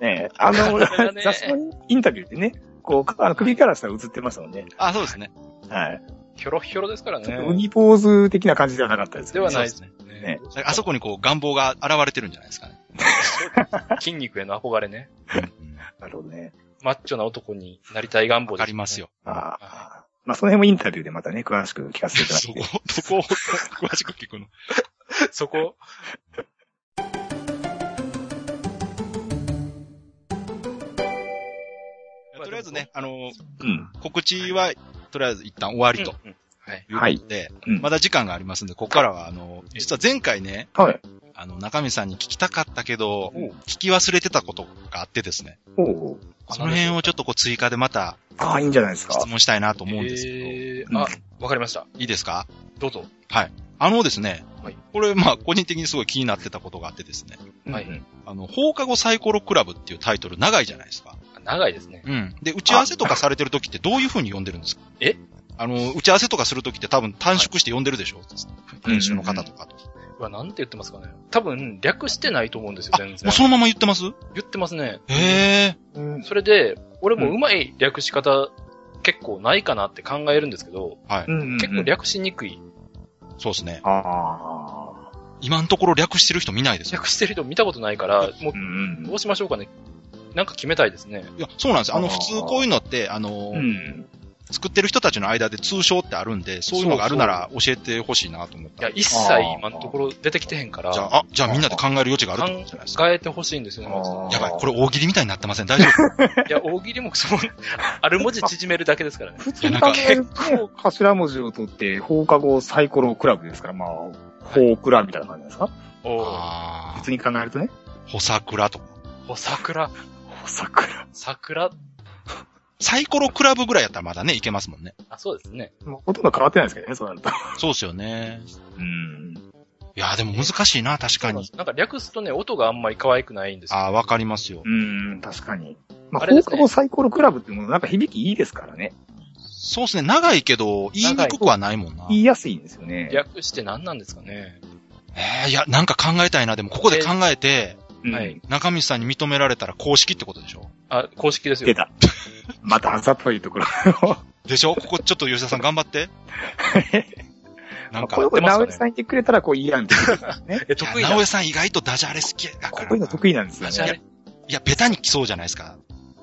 Speaker 3: ねあの、
Speaker 4: それがね
Speaker 3: 雑誌のインタビューでね、こう、あの首からしたら映ってましたもんね。
Speaker 2: あ、そうですね。
Speaker 3: はい。
Speaker 4: ひょろひょろですから
Speaker 3: ち
Speaker 4: ね
Speaker 3: ょっと。ウニポーズ的な感じではなかったです
Speaker 4: で
Speaker 3: よ
Speaker 4: は
Speaker 3: ね。
Speaker 4: ないですね。
Speaker 3: ね
Speaker 2: あそこにこう願望が現れてるんじゃないですかね。
Speaker 4: 筋肉への憧れね。
Speaker 3: なるほどね。
Speaker 4: マッチョな男になりたい願望
Speaker 2: わ
Speaker 4: です、
Speaker 2: かりますよ。
Speaker 3: ああ。まあ、その辺もインタビューでまたね、詳しく聞かせていただい
Speaker 2: そ
Speaker 3: て
Speaker 2: こ。、そこを 詳しく聞くの。
Speaker 4: そこ。
Speaker 2: とりあえずね、あの、
Speaker 3: うん。
Speaker 2: 告知は、とりあえず一旦終わりと
Speaker 4: うんうんはい。
Speaker 2: いうことで、
Speaker 3: うん
Speaker 2: まだ時間がありますんで、ここからは、あの、実は前回ね、
Speaker 3: はい。
Speaker 2: あの、中身さんに聞きたかったけど
Speaker 3: お、う
Speaker 2: 聞き忘れてたことがあってですね、
Speaker 3: おう。
Speaker 2: その辺をちょっとこう追加でまた
Speaker 3: ああ、いいんじゃないですか。
Speaker 2: 質問したいなと思うんですけど、
Speaker 4: え
Speaker 3: うん
Speaker 4: ー、あ、わかりました。
Speaker 2: いいですか
Speaker 4: どうぞ。
Speaker 2: あのですね、
Speaker 4: はい
Speaker 2: これ、まあ、個人的にすごい気になってたことがあってですね、
Speaker 3: うん
Speaker 4: はい
Speaker 3: うん
Speaker 2: あの、放課後サイコロクラブっていうタイトル長いじゃないですか。
Speaker 4: あ長いですね。
Speaker 2: うん。で、打ち合わせとかされてる時ってどういう風に読んでるんですか
Speaker 4: え
Speaker 2: あの、打ち合わせとかする時って多分短縮して読んでるでしょ、編集の方とかと。
Speaker 4: うわ、なんて言ってますかね。多分、略してないと思うんですよ
Speaker 2: あ、、
Speaker 4: 全
Speaker 2: も
Speaker 4: 然
Speaker 2: う。そのまま言ってます
Speaker 4: 言ってますね。
Speaker 2: へえ。
Speaker 3: うん
Speaker 4: それで、俺もうまい略し方、結構ないかなって考えるんですけど、
Speaker 2: はい。
Speaker 3: うん
Speaker 4: 結構略しにくい。
Speaker 2: そうですね。
Speaker 3: ああ。
Speaker 2: 今のところ略してる人見ないですよ。
Speaker 4: 略してる人見たことないから、も
Speaker 3: う
Speaker 4: うんどうしましょうかね。なんか決めたいですね。
Speaker 2: いや、そうなんですよ。あの、
Speaker 3: あー
Speaker 2: 普通こういうのって、あの
Speaker 3: うん。う、ん。
Speaker 2: 作ってる人たちの間で通称ってあるんで、そういうのがあるなら教えてほしいなと思っ
Speaker 4: い
Speaker 2: た
Speaker 4: や
Speaker 2: ん、で。
Speaker 4: 一切今のところ出てきてへんから、
Speaker 2: じゃあ、あ、じゃあみんなで考える余地があるってことじゃないですか。
Speaker 4: 考えてほしいんですよね、マジで
Speaker 3: あー
Speaker 2: やばい、これ大喜利みたいになってません大丈夫
Speaker 4: いや、大喜利もその、 ある文字縮めるだけですからね。
Speaker 3: 普通に考えると
Speaker 4: いや
Speaker 3: ね、頭文字を取って、放課後サイコロクラブですから、まあ、放クラみたいな感じなんですか
Speaker 4: おー
Speaker 2: あ
Speaker 3: 普通に考えるとね。
Speaker 2: ー、ほさくらとか。
Speaker 4: お、桜、
Speaker 3: 放桜。
Speaker 4: 桜、
Speaker 2: サイコロクラブぐらいやったらまだね、いけますもんね。
Speaker 4: あ、そうですね。
Speaker 3: もうほとんど変わってないですけどね、そうなると。
Speaker 2: そうですよね。
Speaker 3: うん。
Speaker 2: いやーでも難しいな、確かに。
Speaker 4: なんか略すとね、音があんまり可愛くないんですよ。
Speaker 2: ああ、わかりますよ
Speaker 3: う。ん、確かに。まあ、
Speaker 4: あれです
Speaker 3: 放
Speaker 4: ね
Speaker 3: 課後サイコロクラブっていうもの、なんか響きいいですからね。
Speaker 2: そうですね、長いけど、言いにくくはないもんな。
Speaker 3: 言いやすいんですよね。
Speaker 4: 略して何なんですかね。
Speaker 2: えーいや、なんか考えたいな。でも、ここで考えて、
Speaker 3: うん
Speaker 4: はい。
Speaker 2: 中道さんに認められたら公式ってことでしょ
Speaker 4: あ、公式です
Speaker 3: 出
Speaker 4: よ。
Speaker 3: た。またあざといところ。
Speaker 2: でしょここちょっと吉田さん頑張って。なんか
Speaker 3: こういう、こ
Speaker 4: やってますか
Speaker 3: と、
Speaker 4: ね
Speaker 3: 直江さん言ってくれたら、こう、いいやんって言ってくれるんですね。
Speaker 4: え、
Speaker 2: いや
Speaker 4: 得意な
Speaker 2: 直江さん意外とダジャレ好きだか
Speaker 3: こ
Speaker 2: ら。
Speaker 3: ういうの得意なんですよ
Speaker 4: ダジャレ
Speaker 3: ね。
Speaker 2: いや、ベタに来そうじゃないですか。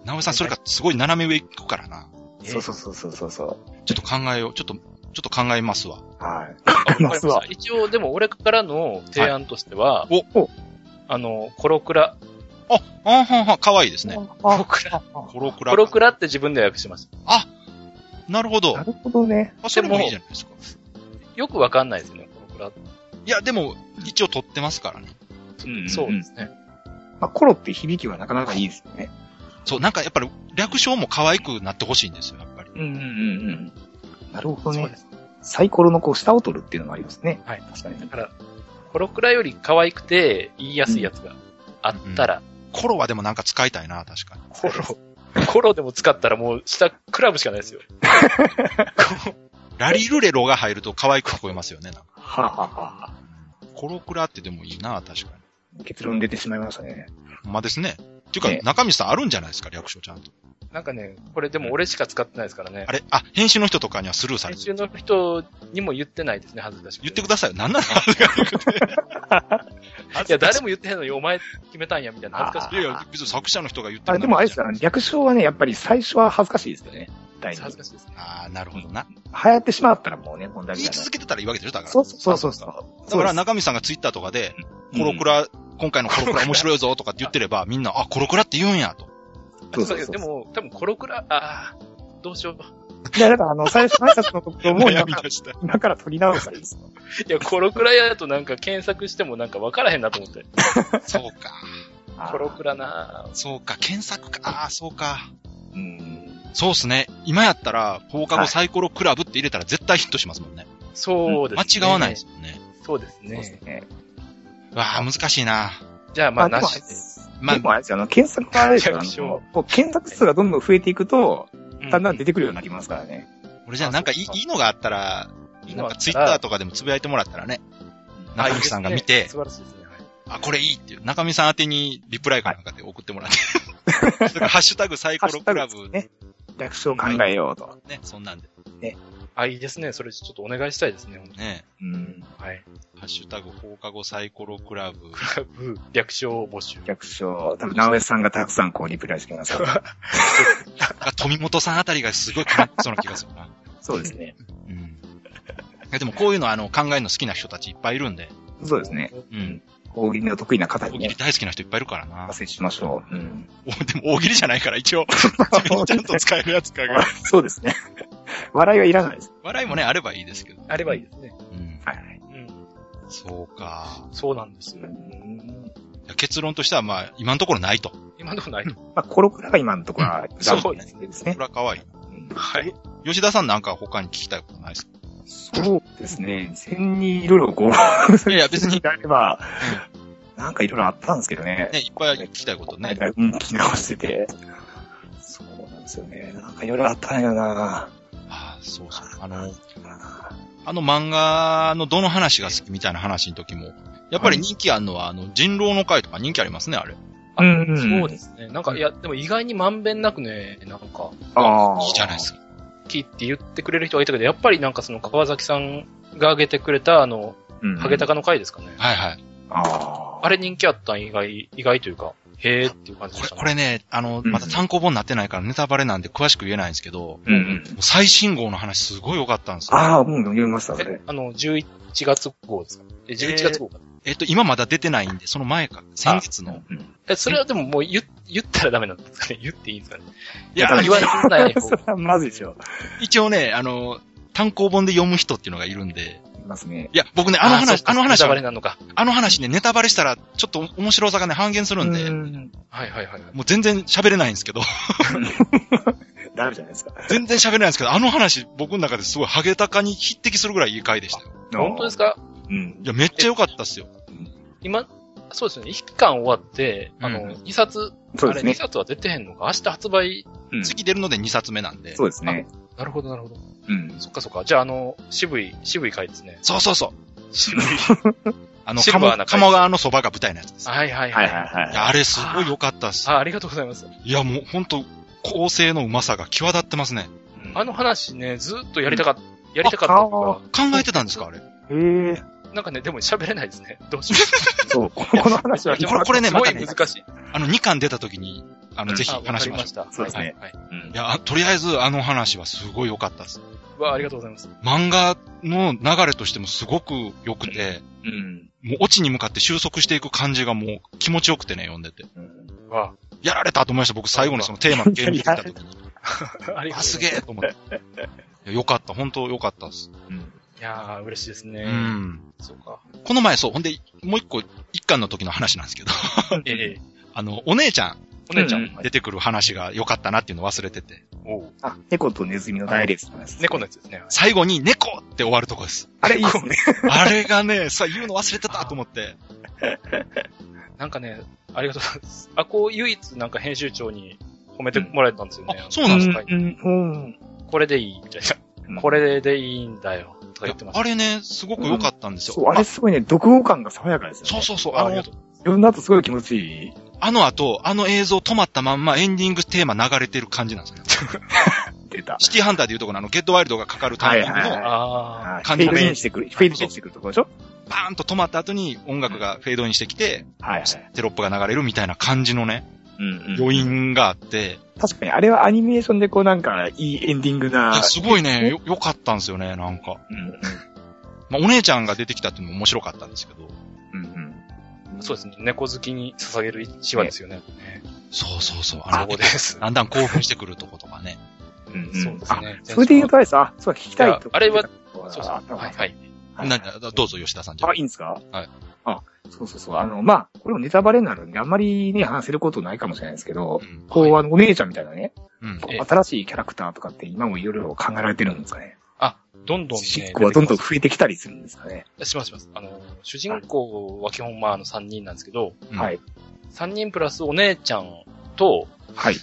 Speaker 2: 直江さん、それがすごい斜め上行くからな。
Speaker 3: そうそうそうそうそうそう。
Speaker 2: ちょっと考えよう。ちょっと、ちょっと考えますわ。
Speaker 3: はい。
Speaker 4: わか
Speaker 3: ま
Speaker 4: り
Speaker 3: す
Speaker 4: ま
Speaker 3: わ
Speaker 4: した。一応、でも俺からの提案としては、
Speaker 2: はい
Speaker 3: おお
Speaker 4: あの、コロクラ。
Speaker 2: あ、あんはんはん、かわいいですね。
Speaker 4: コ
Speaker 3: あ
Speaker 4: ロ、クラ。
Speaker 3: あ
Speaker 2: コロクラ。
Speaker 4: コロクラって自分で訳します。
Speaker 2: なるほど
Speaker 3: な。るほどね。
Speaker 2: あ、それもいいじゃないですか。
Speaker 4: よくわかんないですね、コロクラ。
Speaker 2: いや、でも、一応取ってますからね。
Speaker 3: うん
Speaker 4: そうですね。
Speaker 3: まあ、コロって響きはなかなかいいですよね。
Speaker 2: そう、なんかやっぱり、略称も可愛くなってほしいんですよ、やっぱり。
Speaker 4: うんうんう。
Speaker 3: うんんうん。なるほど
Speaker 4: そう
Speaker 3: ね
Speaker 4: で。す。
Speaker 3: サイコロのこう、下を取るっていうのもありますね。
Speaker 4: はい。
Speaker 3: 確かに
Speaker 4: だ。から、コロクラより可愛くて言いやすいやつがあったら、
Speaker 2: コロはでもなんか使いたいな、確かに。
Speaker 4: コロ、コロでも使ったらもう下クラブしかないですよ。
Speaker 2: ラリルレロが入ると可愛く聞こえますよね、なんか。
Speaker 3: はあはあはあ
Speaker 2: コロクラってでもいいな、確かに。
Speaker 3: 結論出てしまいましたね。
Speaker 2: ほんまですね。っていうか、
Speaker 3: ね
Speaker 2: 中身さんあるんじゃないですか、略称ちゃんと。
Speaker 4: なんかね、これでも俺しか使ってないですからね
Speaker 2: あ。れ、あ、編集の人とかにはスルーされ
Speaker 4: 編
Speaker 2: て
Speaker 4: 集
Speaker 2: る。
Speaker 4: の人にも言ってないですね、恥ずかしく
Speaker 2: 言ってく
Speaker 4: だ
Speaker 2: ださいよ。なんなの 恥ずかしくて。
Speaker 4: さい。いや、誰も言ってへんのに、お前決めたんや、みたいな恥ずかし
Speaker 3: あ
Speaker 4: い。
Speaker 2: いやいや、別に作者の人が言って
Speaker 3: あ
Speaker 2: る
Speaker 3: れ、でもあれです
Speaker 2: か
Speaker 3: から、略称はね、やっぱり最初は恥ずかしいですよね。第二
Speaker 4: 恥ずかしいですね。
Speaker 2: ああ、なるほどな。
Speaker 3: 流行ってしまったらもうね、問題み
Speaker 2: 言い
Speaker 3: たいな
Speaker 2: 続。けてたらいいわけでしょ、だから。
Speaker 3: そうそうそうそう。
Speaker 2: だから中身さんがツイッターとかで、コロクラ、今回のコロクラ面白いぞとかって言ってれば、みんな、あ、コロクラって言うんや、と。
Speaker 3: そうそう
Speaker 4: あ
Speaker 3: そう
Speaker 4: でも、多分コロクラ、ああ、どうしよう。
Speaker 3: いや、だからあの、最初の挨拶のところも今
Speaker 2: 悩み
Speaker 3: か
Speaker 2: 出した。
Speaker 3: ら、今から取り直したらいいですよ。
Speaker 4: いや、コロクラやとなんか検索してもなんか分からへんなと思って。
Speaker 2: そうか。
Speaker 4: コロクラな
Speaker 2: そうか。検索か。ああー、そうか。
Speaker 3: うん。
Speaker 2: そうっすね。今やったら、放課後サイコロクラブって入れたら絶対ヒットしますもんね。
Speaker 4: そうです、ね。
Speaker 2: 間違わないですもんね。
Speaker 4: そうです
Speaker 3: そうです
Speaker 4: ね。
Speaker 3: ね。
Speaker 2: わあ、難しいな。
Speaker 4: じゃあ、まあ、
Speaker 3: で
Speaker 4: な
Speaker 3: も
Speaker 4: しで。
Speaker 2: まあ
Speaker 3: でもあれですよ、あの、検索があれですよ、あ
Speaker 4: 略称
Speaker 3: の、こう検索数がどんどん増えていくと、
Speaker 4: うん
Speaker 3: だんだん出てくるようになりますからね。
Speaker 2: 俺じゃあなんかいい
Speaker 4: あそうか
Speaker 2: いいのがあったら、
Speaker 4: いい
Speaker 2: な
Speaker 4: の
Speaker 2: ん
Speaker 4: があったら
Speaker 2: かツイッターとかでもつぶやいてもらったらね、中身さんが見て、
Speaker 4: 素晴らしいですね。はい
Speaker 2: あ、これいいっていう、中身さん宛てにリプライかなんかで送ってもらって。それから ハッシュタグサイコ
Speaker 3: ハッシ
Speaker 2: ロ
Speaker 3: ュタ
Speaker 2: ク
Speaker 3: グ
Speaker 2: ラ
Speaker 3: で
Speaker 2: ブ
Speaker 3: すね。略称を考えようと。
Speaker 2: ね、そんなんで。
Speaker 4: あ、いいですね。それちょっとお願いしたいですね。本当に
Speaker 2: ね、
Speaker 3: うん。
Speaker 4: はい。
Speaker 2: ハッシュタグ放課後サイコロクラブ。
Speaker 4: クラブ略称募集。
Speaker 3: 略称、多分、直江さんがたくさんこう、リプライしてきますから。
Speaker 2: が富本さんあたりがすごい絡みそうな気がするな。
Speaker 3: そうですね。
Speaker 2: うん。いやでもこういうのあの考えるの好きな人たちいっぱいいるんで、
Speaker 3: そうですね。
Speaker 2: うん。
Speaker 3: 大喜利の得意な方
Speaker 2: 大
Speaker 3: に
Speaker 2: 喜
Speaker 3: ね
Speaker 2: 利、大好きな人いっぱいいるからな
Speaker 3: お。接しましょう。うん。
Speaker 2: お でも大喜利じゃないから 一応、自分でちゃんと使えるやつか が。
Speaker 3: そうですね。 笑いはいらないです。
Speaker 2: 笑いもね、あればいいですけど。
Speaker 4: あればいいですね。
Speaker 2: うん。
Speaker 3: はいはい。
Speaker 4: うん。
Speaker 2: そうか。
Speaker 4: そうなんですよ。
Speaker 3: うん
Speaker 2: いや結論としては、まあ、今のところないと。
Speaker 4: 今のとこない。
Speaker 3: まあ、コロクラが今のところは、
Speaker 4: そうです
Speaker 3: ね。です
Speaker 2: それ
Speaker 3: ね。
Speaker 2: は可愛い。
Speaker 4: はい。
Speaker 2: 吉田さんなんか他に聞きたいことないですか
Speaker 3: そうですね。千人いろいろこ う、
Speaker 2: いやいや別に
Speaker 3: あれば、なんかいろいろあったんですけどね。
Speaker 2: ね、いっぱい聞きたいことね。
Speaker 3: うん、聞き直してて。そうなんですよね。なんかいろいろあったんやな
Speaker 2: ああ、そうそう。あの、
Speaker 3: あ
Speaker 2: あの漫画のどの話が好きみたいな話の時も、やっぱり人気あるのは、あの、人狼の会とか人気ありますね、あれ。
Speaker 4: あ
Speaker 3: うんうんうん
Speaker 4: そうですね。なんか、いや、でも意外にまんべんなくね、なんか、
Speaker 3: あ。
Speaker 2: いいじゃないですか。
Speaker 4: 好きって言ってくれる人がいたけど、やっぱりなんかその川崎さんが挙げてくれた、あの、
Speaker 3: うん
Speaker 4: ハゲタカの回ですかね。
Speaker 2: はいはい。
Speaker 3: ああ。
Speaker 4: あれ人気あったん意外、意外というか、へーっていう感じ
Speaker 2: こ
Speaker 4: で
Speaker 2: れ、
Speaker 4: したね。
Speaker 2: これね、あの、
Speaker 3: うん
Speaker 2: まだ単行本になってないからネタバレなんで詳しく言えないんですけど、
Speaker 3: うんうん。
Speaker 2: 最新号の話すごい良かったんですよ。
Speaker 3: ああ、うん、読みました、そ
Speaker 4: え
Speaker 3: れ。
Speaker 4: あの、11月号ですかえ、11月号か。
Speaker 2: えっと、今まだ出てないんで、その前か、先月の。
Speaker 3: うん。
Speaker 4: え、それはでももう言、言ったらダメなんですかね 言っていいんですかね
Speaker 2: い
Speaker 3: だ
Speaker 2: や
Speaker 3: から、
Speaker 4: 言わない方
Speaker 3: それはまずいでしょ。
Speaker 2: 一応ね、あの、単行本で読む人っていうのがいるんで、
Speaker 3: いますね。
Speaker 2: いや、僕ね、あの話、あの話は
Speaker 4: バレなのか。
Speaker 2: あの話ね、ネタバレしたら、ちょっと面白さがね、半減するんで、
Speaker 3: うん
Speaker 4: はいはいはいはい。
Speaker 2: もう全然喋れないんですけど、
Speaker 3: ダメじゃないですか。
Speaker 2: 全然喋れないんですけど、あの話、僕の中ですごいハゲタカに匹敵するぐらいいい回でしたよ。
Speaker 4: 本当ですすか
Speaker 3: うん
Speaker 2: い。や、めっちゃ良かったっすよ。
Speaker 4: 今、そうですね。1巻終わって、あの、
Speaker 2: うん
Speaker 4: 2冊、
Speaker 3: そう
Speaker 4: あれ
Speaker 3: です
Speaker 4: 2
Speaker 3: ね。
Speaker 4: 冊は出てへんのか明日発売、
Speaker 3: うん
Speaker 2: 次出るので2冊目なんで、
Speaker 3: そうですね。
Speaker 4: なるほど、なるほど。
Speaker 3: うん。
Speaker 4: そっかそっか。じゃあ、あの、渋い、渋い回ですね。
Speaker 2: そうそうそう。
Speaker 4: 渋い。
Speaker 2: あの、
Speaker 4: シルバーな回
Speaker 2: 鴨鴨川のそばが舞台のやつで す。
Speaker 4: はいはい
Speaker 3: は
Speaker 4: はいい。
Speaker 3: はい
Speaker 2: い
Speaker 3: は
Speaker 2: やあれすごい良かったっす。
Speaker 4: あ、ありがとうございます。
Speaker 2: いや、もうほんと、構成のうまさが際立ってますね。
Speaker 3: い。うん
Speaker 4: あの、話ね、ずっとやりたかった、やりたかったの
Speaker 2: 考えてたんですかあれ。
Speaker 3: へえ、
Speaker 4: が、なんかね、でも喋れない ですね。どうしよう。
Speaker 3: そう、ここの話は、
Speaker 2: いやこれこれね
Speaker 4: すごい
Speaker 2: またね
Speaker 4: 難しい。
Speaker 2: あの、2巻出た時に、あ
Speaker 3: う
Speaker 2: の、
Speaker 3: ん
Speaker 2: ぜひ
Speaker 4: あ、わか
Speaker 2: 話し
Speaker 4: り
Speaker 2: ましょ
Speaker 4: ま
Speaker 2: う。
Speaker 4: した。
Speaker 3: そうですね
Speaker 4: はい。はい
Speaker 2: い
Speaker 3: うん
Speaker 2: や、とりあえずあの話はすごい良かったです。
Speaker 4: うわありがとうございます。
Speaker 2: 漫画の流れとしてもすごく良くて、
Speaker 3: うん。
Speaker 2: もうオチに向かって収束していく感じがもう気持ちよくてね、読んでて。
Speaker 3: うん
Speaker 4: うわ
Speaker 2: やられたと思いました、僕最後のそのテーマのゲーム出てきた時に。
Speaker 4: ありがとうございま
Speaker 2: あ、
Speaker 4: す
Speaker 2: すげえと思って。いやよかった、本当よかったです。
Speaker 4: いやー、嬉しいですね。
Speaker 2: うん。
Speaker 4: そうか。
Speaker 2: この前そう、ほんで、もう一個、一巻の時の話なんですけど、
Speaker 4: ええ、
Speaker 2: あの、お姉ちゃん
Speaker 4: お姉ちゃん。
Speaker 3: うん
Speaker 4: はい
Speaker 2: 出てくる話が良かったなっていうの忘れてて、
Speaker 4: おう
Speaker 3: あ、猫とネズミの大列の話です。
Speaker 4: 猫のやつですね。
Speaker 2: 最後に猫って終わるとこです。
Speaker 3: あれ、いいですね。
Speaker 2: あれがね、 さ、言うの忘れてたと思って。
Speaker 4: なんかね、ありがとうございます。あ、こう、唯一なんか編集長に褒めてもらえたんですよね。
Speaker 2: あ、そうなんですか
Speaker 3: うん。
Speaker 4: これでいい、みたいな。これでいいんだよ、とか言ってました。
Speaker 2: あれね、すごく良かったんですよ。
Speaker 3: そう、あれすごいね、独語感が爽やかですよね。
Speaker 2: そうそうそう。
Speaker 4: あ
Speaker 2: あ
Speaker 4: ありが
Speaker 2: の
Speaker 4: と、うございます。
Speaker 3: 読んだ後すごい気持ちいい。
Speaker 2: あの後、あの映像止まったまんまエンディングテーマ流れてる感じなんですよ。
Speaker 3: 出た。
Speaker 2: シティハンターでいうところのあの、ゲットワイルドがかかるタイミング
Speaker 3: はいはい
Speaker 2: の、
Speaker 4: あ
Speaker 3: はいフ
Speaker 2: 感
Speaker 3: ェ
Speaker 2: じ
Speaker 3: ー
Speaker 2: の
Speaker 3: ド
Speaker 2: ね
Speaker 3: インしてくる。フェードインしてくるとこでしょ
Speaker 2: バーンと止まった後に音楽がフェードインしてきて、
Speaker 3: はいはい。
Speaker 2: テロップが流れるみたいな感じのね、
Speaker 3: うん
Speaker 2: 余。韻があって、
Speaker 3: 確かに、あれはアニメーションでこうなんか、いいエンディング
Speaker 2: いや。
Speaker 3: な
Speaker 2: すごいね、よ、良かったんですよね、なんか。
Speaker 3: うん
Speaker 2: まあ、お姉ちゃんが出てきたっていうのも面白かったんですけど。
Speaker 3: うんうん。
Speaker 4: あ、そうですね。猫好きに捧げる一話ですよね。
Speaker 2: そうそうそう、あ
Speaker 4: そ
Speaker 2: の
Speaker 4: こ、です。
Speaker 2: だんだん興奮してくるとことかね。
Speaker 3: うんうん
Speaker 4: そうですね
Speaker 3: あ。それで言うとあれです、あ、そう、聞きたい
Speaker 4: いやあれは
Speaker 3: そう
Speaker 4: そうそう。はいはい。
Speaker 2: などうぞ、吉田さん。じゃあ
Speaker 3: あ、いいんですか
Speaker 2: はい。
Speaker 3: あ、そうそうそう。あの、まあ、これもネタバレになるんで、あんまりね、話せることないかもしれないですけど
Speaker 2: う、ん
Speaker 3: こ
Speaker 4: は
Speaker 3: う、あの、お姉ちゃんみたいなね、
Speaker 2: うん。
Speaker 4: ええ
Speaker 3: 新しいキャラクターとかって今もいろいろ考えられてるんですかね。
Speaker 4: あ、どんどんね。
Speaker 3: 執行はどんどん
Speaker 4: 出て
Speaker 3: 増えてきたりするんですかね。
Speaker 4: きますしますします。あの、主人公は基本まああの3人なんですけど、
Speaker 2: うん
Speaker 3: はい。
Speaker 4: 3人プラスお姉ちゃんと、
Speaker 3: はい。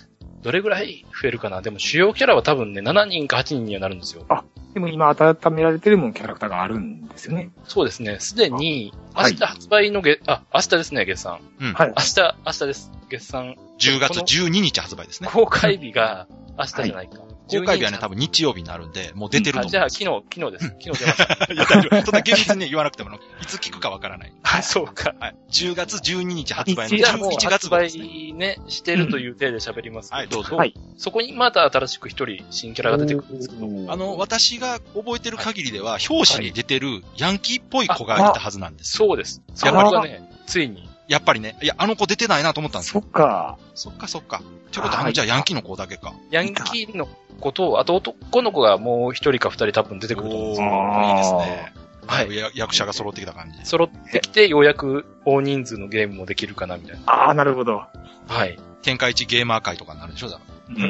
Speaker 4: どれぐらい増えるかなでも主要キャラは多分ね、7人か8人にはなるんですよ。
Speaker 3: でも今温められてるもんキャラクターがあるんですよね。
Speaker 4: そうですね。すでに、明
Speaker 3: あはい
Speaker 4: 日発売の月、あ、明日ですね、月産。
Speaker 2: うん
Speaker 3: はい
Speaker 4: 明日、明日です。月産。
Speaker 2: 10月12日発売ですね。
Speaker 4: 公開日が明日じゃないか。
Speaker 2: 公開日はね、多
Speaker 4: 分
Speaker 2: 分日曜日になるんで、もう出てると思う。
Speaker 4: じゃあ、昨日、昨日です。昨日出ま した。
Speaker 2: いや、大丈夫。そんな厳密に言わなくても、いつ聞くかわからない。
Speaker 4: あ、そうか。
Speaker 2: はい。10月12日発売の
Speaker 4: じゃあもう
Speaker 2: 11月
Speaker 4: 発
Speaker 2: 号ですね。
Speaker 4: 売ね、してるという体で喋りますけ
Speaker 2: はい、どうぞ。
Speaker 3: はい
Speaker 4: そこにまた新しく一人新キャラが出てくるんですけど、
Speaker 3: ど
Speaker 2: あの、、私が覚えてる限りでは、表紙に出てるヤンキーっぽい子がいたはずなんですよ。
Speaker 4: そうです。そ
Speaker 2: や
Speaker 4: こ
Speaker 2: っぱり
Speaker 4: がね、ついに、
Speaker 2: やっぱりね。いや、あの子出てないなと思ったんです
Speaker 3: そ
Speaker 2: よ。
Speaker 3: っか。
Speaker 2: そっかそっか。ということは、あ
Speaker 3: は
Speaker 2: の、
Speaker 3: い
Speaker 2: じゃあヤンキーの子だけか。
Speaker 4: ヤンキーの子と、あと男の子がもう一人か二人多分出てくると思うんですよ。
Speaker 2: いいですね。
Speaker 4: は
Speaker 2: はいい。や役者が揃ってきた感じ。
Speaker 4: 揃ってきて、ようやく大人数のゲームもできるかな、みたいな。
Speaker 3: ああ、なるほど。
Speaker 4: はい。
Speaker 2: 天下一ゲーマー会とかになるでしょ、だから。 うん
Speaker 3: そう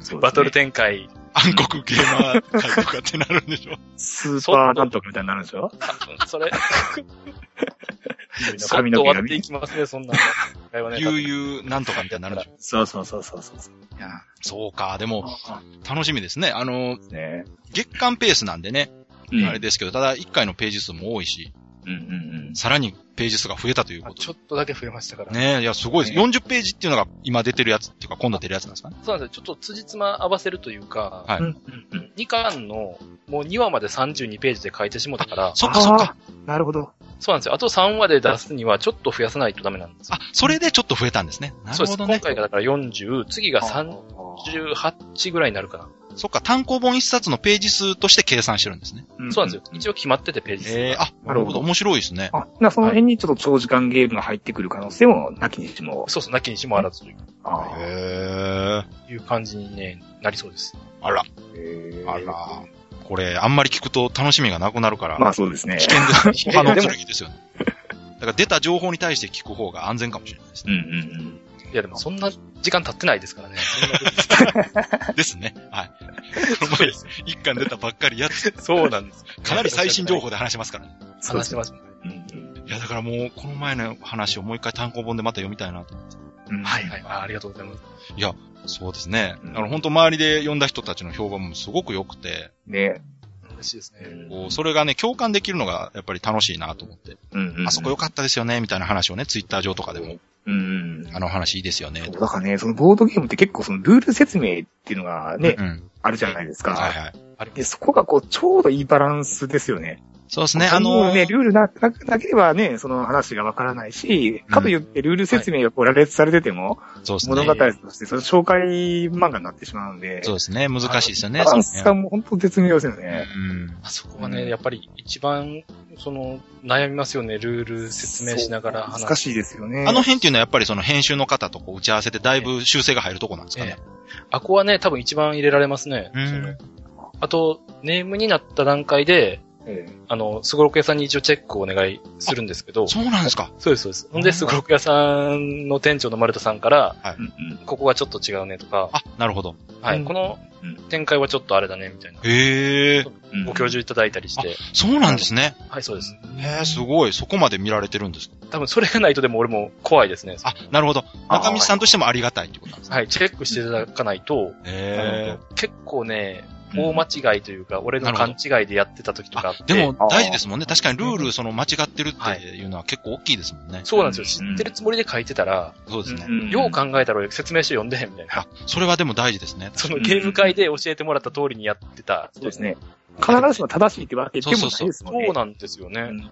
Speaker 3: ですね
Speaker 4: バトル展開。
Speaker 2: 暗黒ゲーマー会とかって なるんでしょ。
Speaker 3: スーパーなんとかみたいになるんでしょ
Speaker 4: うんそれ、そっ
Speaker 3: 髪
Speaker 4: と
Speaker 3: の
Speaker 4: 終
Speaker 3: 毛
Speaker 4: わ
Speaker 3: が
Speaker 4: って
Speaker 3: ね
Speaker 4: いきますね、そんな。会話ね
Speaker 2: 悠々なんとかみたいになるんでしょ。
Speaker 3: そうそうそうそうそうそう。いや
Speaker 2: そうか。でも、
Speaker 3: あ
Speaker 2: 楽しみですね。あの、
Speaker 3: ーね
Speaker 2: 月間ペースなんでね、あれ
Speaker 3: で。
Speaker 2: ですけど、ただ1回のページ数も多いし、
Speaker 3: うんうん
Speaker 2: さらにページ数が増えたという
Speaker 4: あ
Speaker 2: こと
Speaker 4: ちょっとだけ増えましたから。
Speaker 2: で。ねえ、いや、すごいです。
Speaker 3: ね
Speaker 2: 40ページっていうのが今出てるやつっていうか、今度出るやつなんですかね。
Speaker 4: そうなんですよ。ちょっと辻褄合わせるというか、
Speaker 2: はい
Speaker 3: うん。うんうん。
Speaker 4: 2巻の、もう2話まで32ページで書いてしもたから、
Speaker 2: そっかそっか。
Speaker 3: あー。なるほど。
Speaker 4: そうなんですよ。あと3話で出すにはちょっと増やさないとダメなんですよ。
Speaker 2: あ、それでちょっと増えたんですね。な
Speaker 4: そうです。
Speaker 2: るほど
Speaker 4: 今
Speaker 2: ね。
Speaker 4: 回がだから40、次が
Speaker 3: 30
Speaker 4: 38ぐらいになるかな。
Speaker 2: そっか、単行本一冊のページ数として計算してるんですね。
Speaker 4: そうなんですよ。一
Speaker 3: 応。
Speaker 4: 応決まっててページ数が。
Speaker 2: ええあ、なるほど。面白いですね。
Speaker 3: あ、なその辺にちょっと長時間ゲームが入ってくる可能性もなきにしも。
Speaker 4: そうそう、なきにしもあらずという
Speaker 3: あー
Speaker 2: へえ。
Speaker 4: いう感じに、ね、なりそうです。
Speaker 2: あら、
Speaker 3: へー
Speaker 2: あら。これ、あんまり聞くと楽しみがなくなるから、
Speaker 3: まあそうですね
Speaker 2: 危。険です。
Speaker 3: い
Speaker 2: 他
Speaker 3: や
Speaker 2: の
Speaker 3: でも
Speaker 2: 剣ですよね。だから出た情報に対して聞く方が安全かもしれないです
Speaker 3: うん
Speaker 2: ね。
Speaker 3: うん
Speaker 4: いやでもそんな時間経ってないですからね。そんなこと
Speaker 2: ですね。はい。この前、一巻出たばっかりやつ、
Speaker 4: そうなんです。
Speaker 2: かなり最新情報で話してますからね。
Speaker 3: うん。
Speaker 4: 話して
Speaker 3: ま
Speaker 4: ます。
Speaker 3: す。うんうん
Speaker 2: いや、だからもう、この前の話をもう一回単行本でまた読みたいなと。
Speaker 3: うん
Speaker 4: はいはい。あありがとうございます。
Speaker 2: いや、そうですね。
Speaker 3: うん
Speaker 2: だから本当周りで読んだ人たちの評判もすごく良くて、
Speaker 3: ね。
Speaker 4: 嬉しいですね。
Speaker 2: こうそれがね、共感できるのがやっぱり楽しいなと思って、
Speaker 3: うん、
Speaker 2: あそこ良かったですよね、みたいな話をね、ツイッター上とかでも、
Speaker 3: うんうん。
Speaker 2: あの話いいですよね。
Speaker 3: だからね、そのボードゲームって結構そのルール説明っていうのがね、
Speaker 2: うん。
Speaker 3: あるじゃないですか。
Speaker 2: はいはい。
Speaker 3: で、そこがこう、ちょうどいいバランスですよね。
Speaker 2: そうですね、
Speaker 3: あ
Speaker 2: あ
Speaker 3: の
Speaker 2: の
Speaker 3: ね、ルールな、ななければね、その話がわからないし、かといってルール説明がこう羅列されてても、
Speaker 2: そうですね。
Speaker 3: 物語としてその紹介漫画になってしまうので、
Speaker 2: そうですね、難しいですよね。
Speaker 3: バラン
Speaker 2: そ
Speaker 3: ス
Speaker 2: う
Speaker 3: が
Speaker 2: ね
Speaker 3: もう本当絶妙ですよね。
Speaker 2: うん。
Speaker 4: あそこはね、
Speaker 3: うん
Speaker 4: やっぱり一番、その、悩みますよね。ルール説明しながら
Speaker 3: そう
Speaker 4: 話
Speaker 3: 難しいですよね。
Speaker 2: あの辺っていうのはやっぱりその編集の方とこう打ち合わせでだいぶ修正が入るとこなんですかね。
Speaker 4: あこはね、多分一番入れられますね。
Speaker 2: うん
Speaker 4: そのあと、ネームになった段階で、
Speaker 3: え
Speaker 4: あの、すごろく屋さんに一応チェックをお願いするんですけど、
Speaker 2: そうなんですか。
Speaker 4: そうです、そうです。ほんで、すごろく屋さんの店長の丸田さんから、
Speaker 3: えうん
Speaker 4: ここはちょっと違うねとか、
Speaker 2: あ、なるほど。
Speaker 4: は
Speaker 3: う
Speaker 4: い、
Speaker 3: ん
Speaker 4: この
Speaker 3: うん
Speaker 4: 展開はちょっとあれだね、みたいな。
Speaker 2: へえ、
Speaker 3: うん
Speaker 4: ご教授いただいたりして、
Speaker 2: そうなんですね。
Speaker 4: はい、そうです。
Speaker 2: へえ、すごい。そこまで見られてるんですか。
Speaker 4: 多分それがないとでも俺も怖いですね。
Speaker 2: あ、なるほど。
Speaker 3: あー
Speaker 2: 中道さんとしてもありがたいってことなんですね。
Speaker 4: はい、チェックしていただかないと、
Speaker 2: へ
Speaker 4: 結構ね、
Speaker 3: うん
Speaker 4: 大間違いというか、俺の勘違いでやってた時とかあって、
Speaker 2: え。でも
Speaker 3: あー
Speaker 2: 大事ですもんね。確かにルールその間違ってるっていうのは結構大きいですもんね。
Speaker 4: そうなんですよ。
Speaker 3: う
Speaker 4: 知
Speaker 3: ん
Speaker 4: ってるつもりで書いてたら、
Speaker 2: そうですね。
Speaker 3: うん
Speaker 4: よう考えたら俺説明書読んでへんみたいな。
Speaker 2: あ、それはでも大事ですね。
Speaker 4: そのゲーム会で教えてもらった通りにやってた。
Speaker 3: そうですね。必ずしも正しいってわけでもないですもんね。
Speaker 4: そうなんですよね。
Speaker 3: うん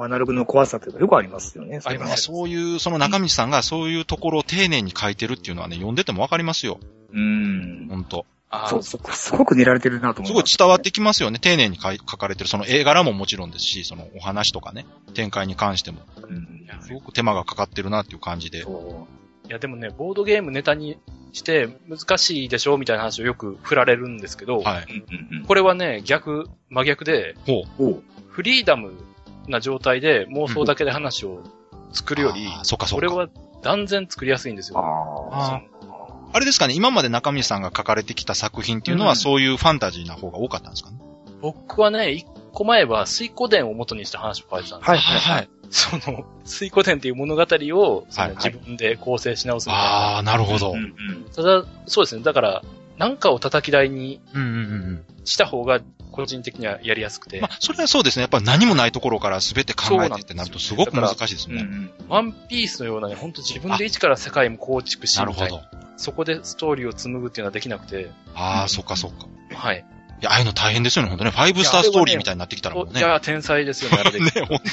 Speaker 3: アナログの怖さというかよくありますよね。
Speaker 4: あり
Speaker 2: ま
Speaker 4: ま
Speaker 2: あ
Speaker 4: す
Speaker 2: そういう、その中道さんがそういうところを丁寧に書いてるっていうのはね、読んでてもわかりますよ。
Speaker 3: うん。
Speaker 2: ほんと。
Speaker 4: あー
Speaker 3: そう、そこ、すごく練られてるなと思
Speaker 2: す
Speaker 3: い
Speaker 2: ごい
Speaker 3: ます。
Speaker 2: 伝わってきますよね。丁寧に書い書かれてる。その絵柄ももちろんですし、そのお話とかね、展開に関しても、
Speaker 3: うん
Speaker 2: すごく手間がかかってるなっていう感じで。
Speaker 3: そ。。
Speaker 4: いやでもね、ボードゲームネタにして難しいでしょみたいな話をよく振られるんですけど、
Speaker 2: はいう
Speaker 3: うんうん
Speaker 4: これはね、逆、真逆で、
Speaker 2: ほう。
Speaker 3: おう
Speaker 4: フリーダムな状態で妄想だけで話を作るより、
Speaker 2: あーそっかそっ
Speaker 4: 俺
Speaker 2: か。
Speaker 4: は断然作りやすいんですよ。
Speaker 3: ああ。
Speaker 2: あーあれですかね、今まで中道さんが書かれてきた作品っていうの
Speaker 3: う
Speaker 2: は、
Speaker 3: ん
Speaker 2: そういうファンタジーな方が多かったんですかね。
Speaker 4: 僕はね、一個前は水湖伝を元にした話を書いてたんです
Speaker 3: はいはい。
Speaker 2: はい。
Speaker 4: その、水湖伝っていう物語を、その
Speaker 2: はいはい
Speaker 4: 自分で構成し直すみたいな。
Speaker 2: ああ、なるほど。う
Speaker 3: うんん
Speaker 4: ただ、そうですね。だから、なんかを叩き台に
Speaker 2: うんうん
Speaker 4: した方が、個人的にはやりやすく
Speaker 2: う
Speaker 4: て、
Speaker 2: ん。まあ、それはそうですね。やっぱ何もないところから全て考えてってなるとすごく
Speaker 4: そうなん
Speaker 2: 難
Speaker 4: です
Speaker 2: しいです
Speaker 3: うんう
Speaker 2: ね。
Speaker 3: ん。
Speaker 4: ワンピースのようなね、本当自分で一から世界も構築し
Speaker 2: なる
Speaker 4: み
Speaker 2: ほ
Speaker 4: たい
Speaker 2: ど。
Speaker 4: そこでストーリーを紡ぐっていうのはできなくて、
Speaker 2: あ
Speaker 3: う
Speaker 2: あ、
Speaker 3: ん
Speaker 2: そっかそっか。
Speaker 4: はい。
Speaker 2: いや、ああいうの大変ですよね、本当ね。ファイブスターストーリーみたいになってきたらもう
Speaker 4: い
Speaker 2: ね。
Speaker 4: や、天才ですよね、あれ で。
Speaker 2: ね、ほんと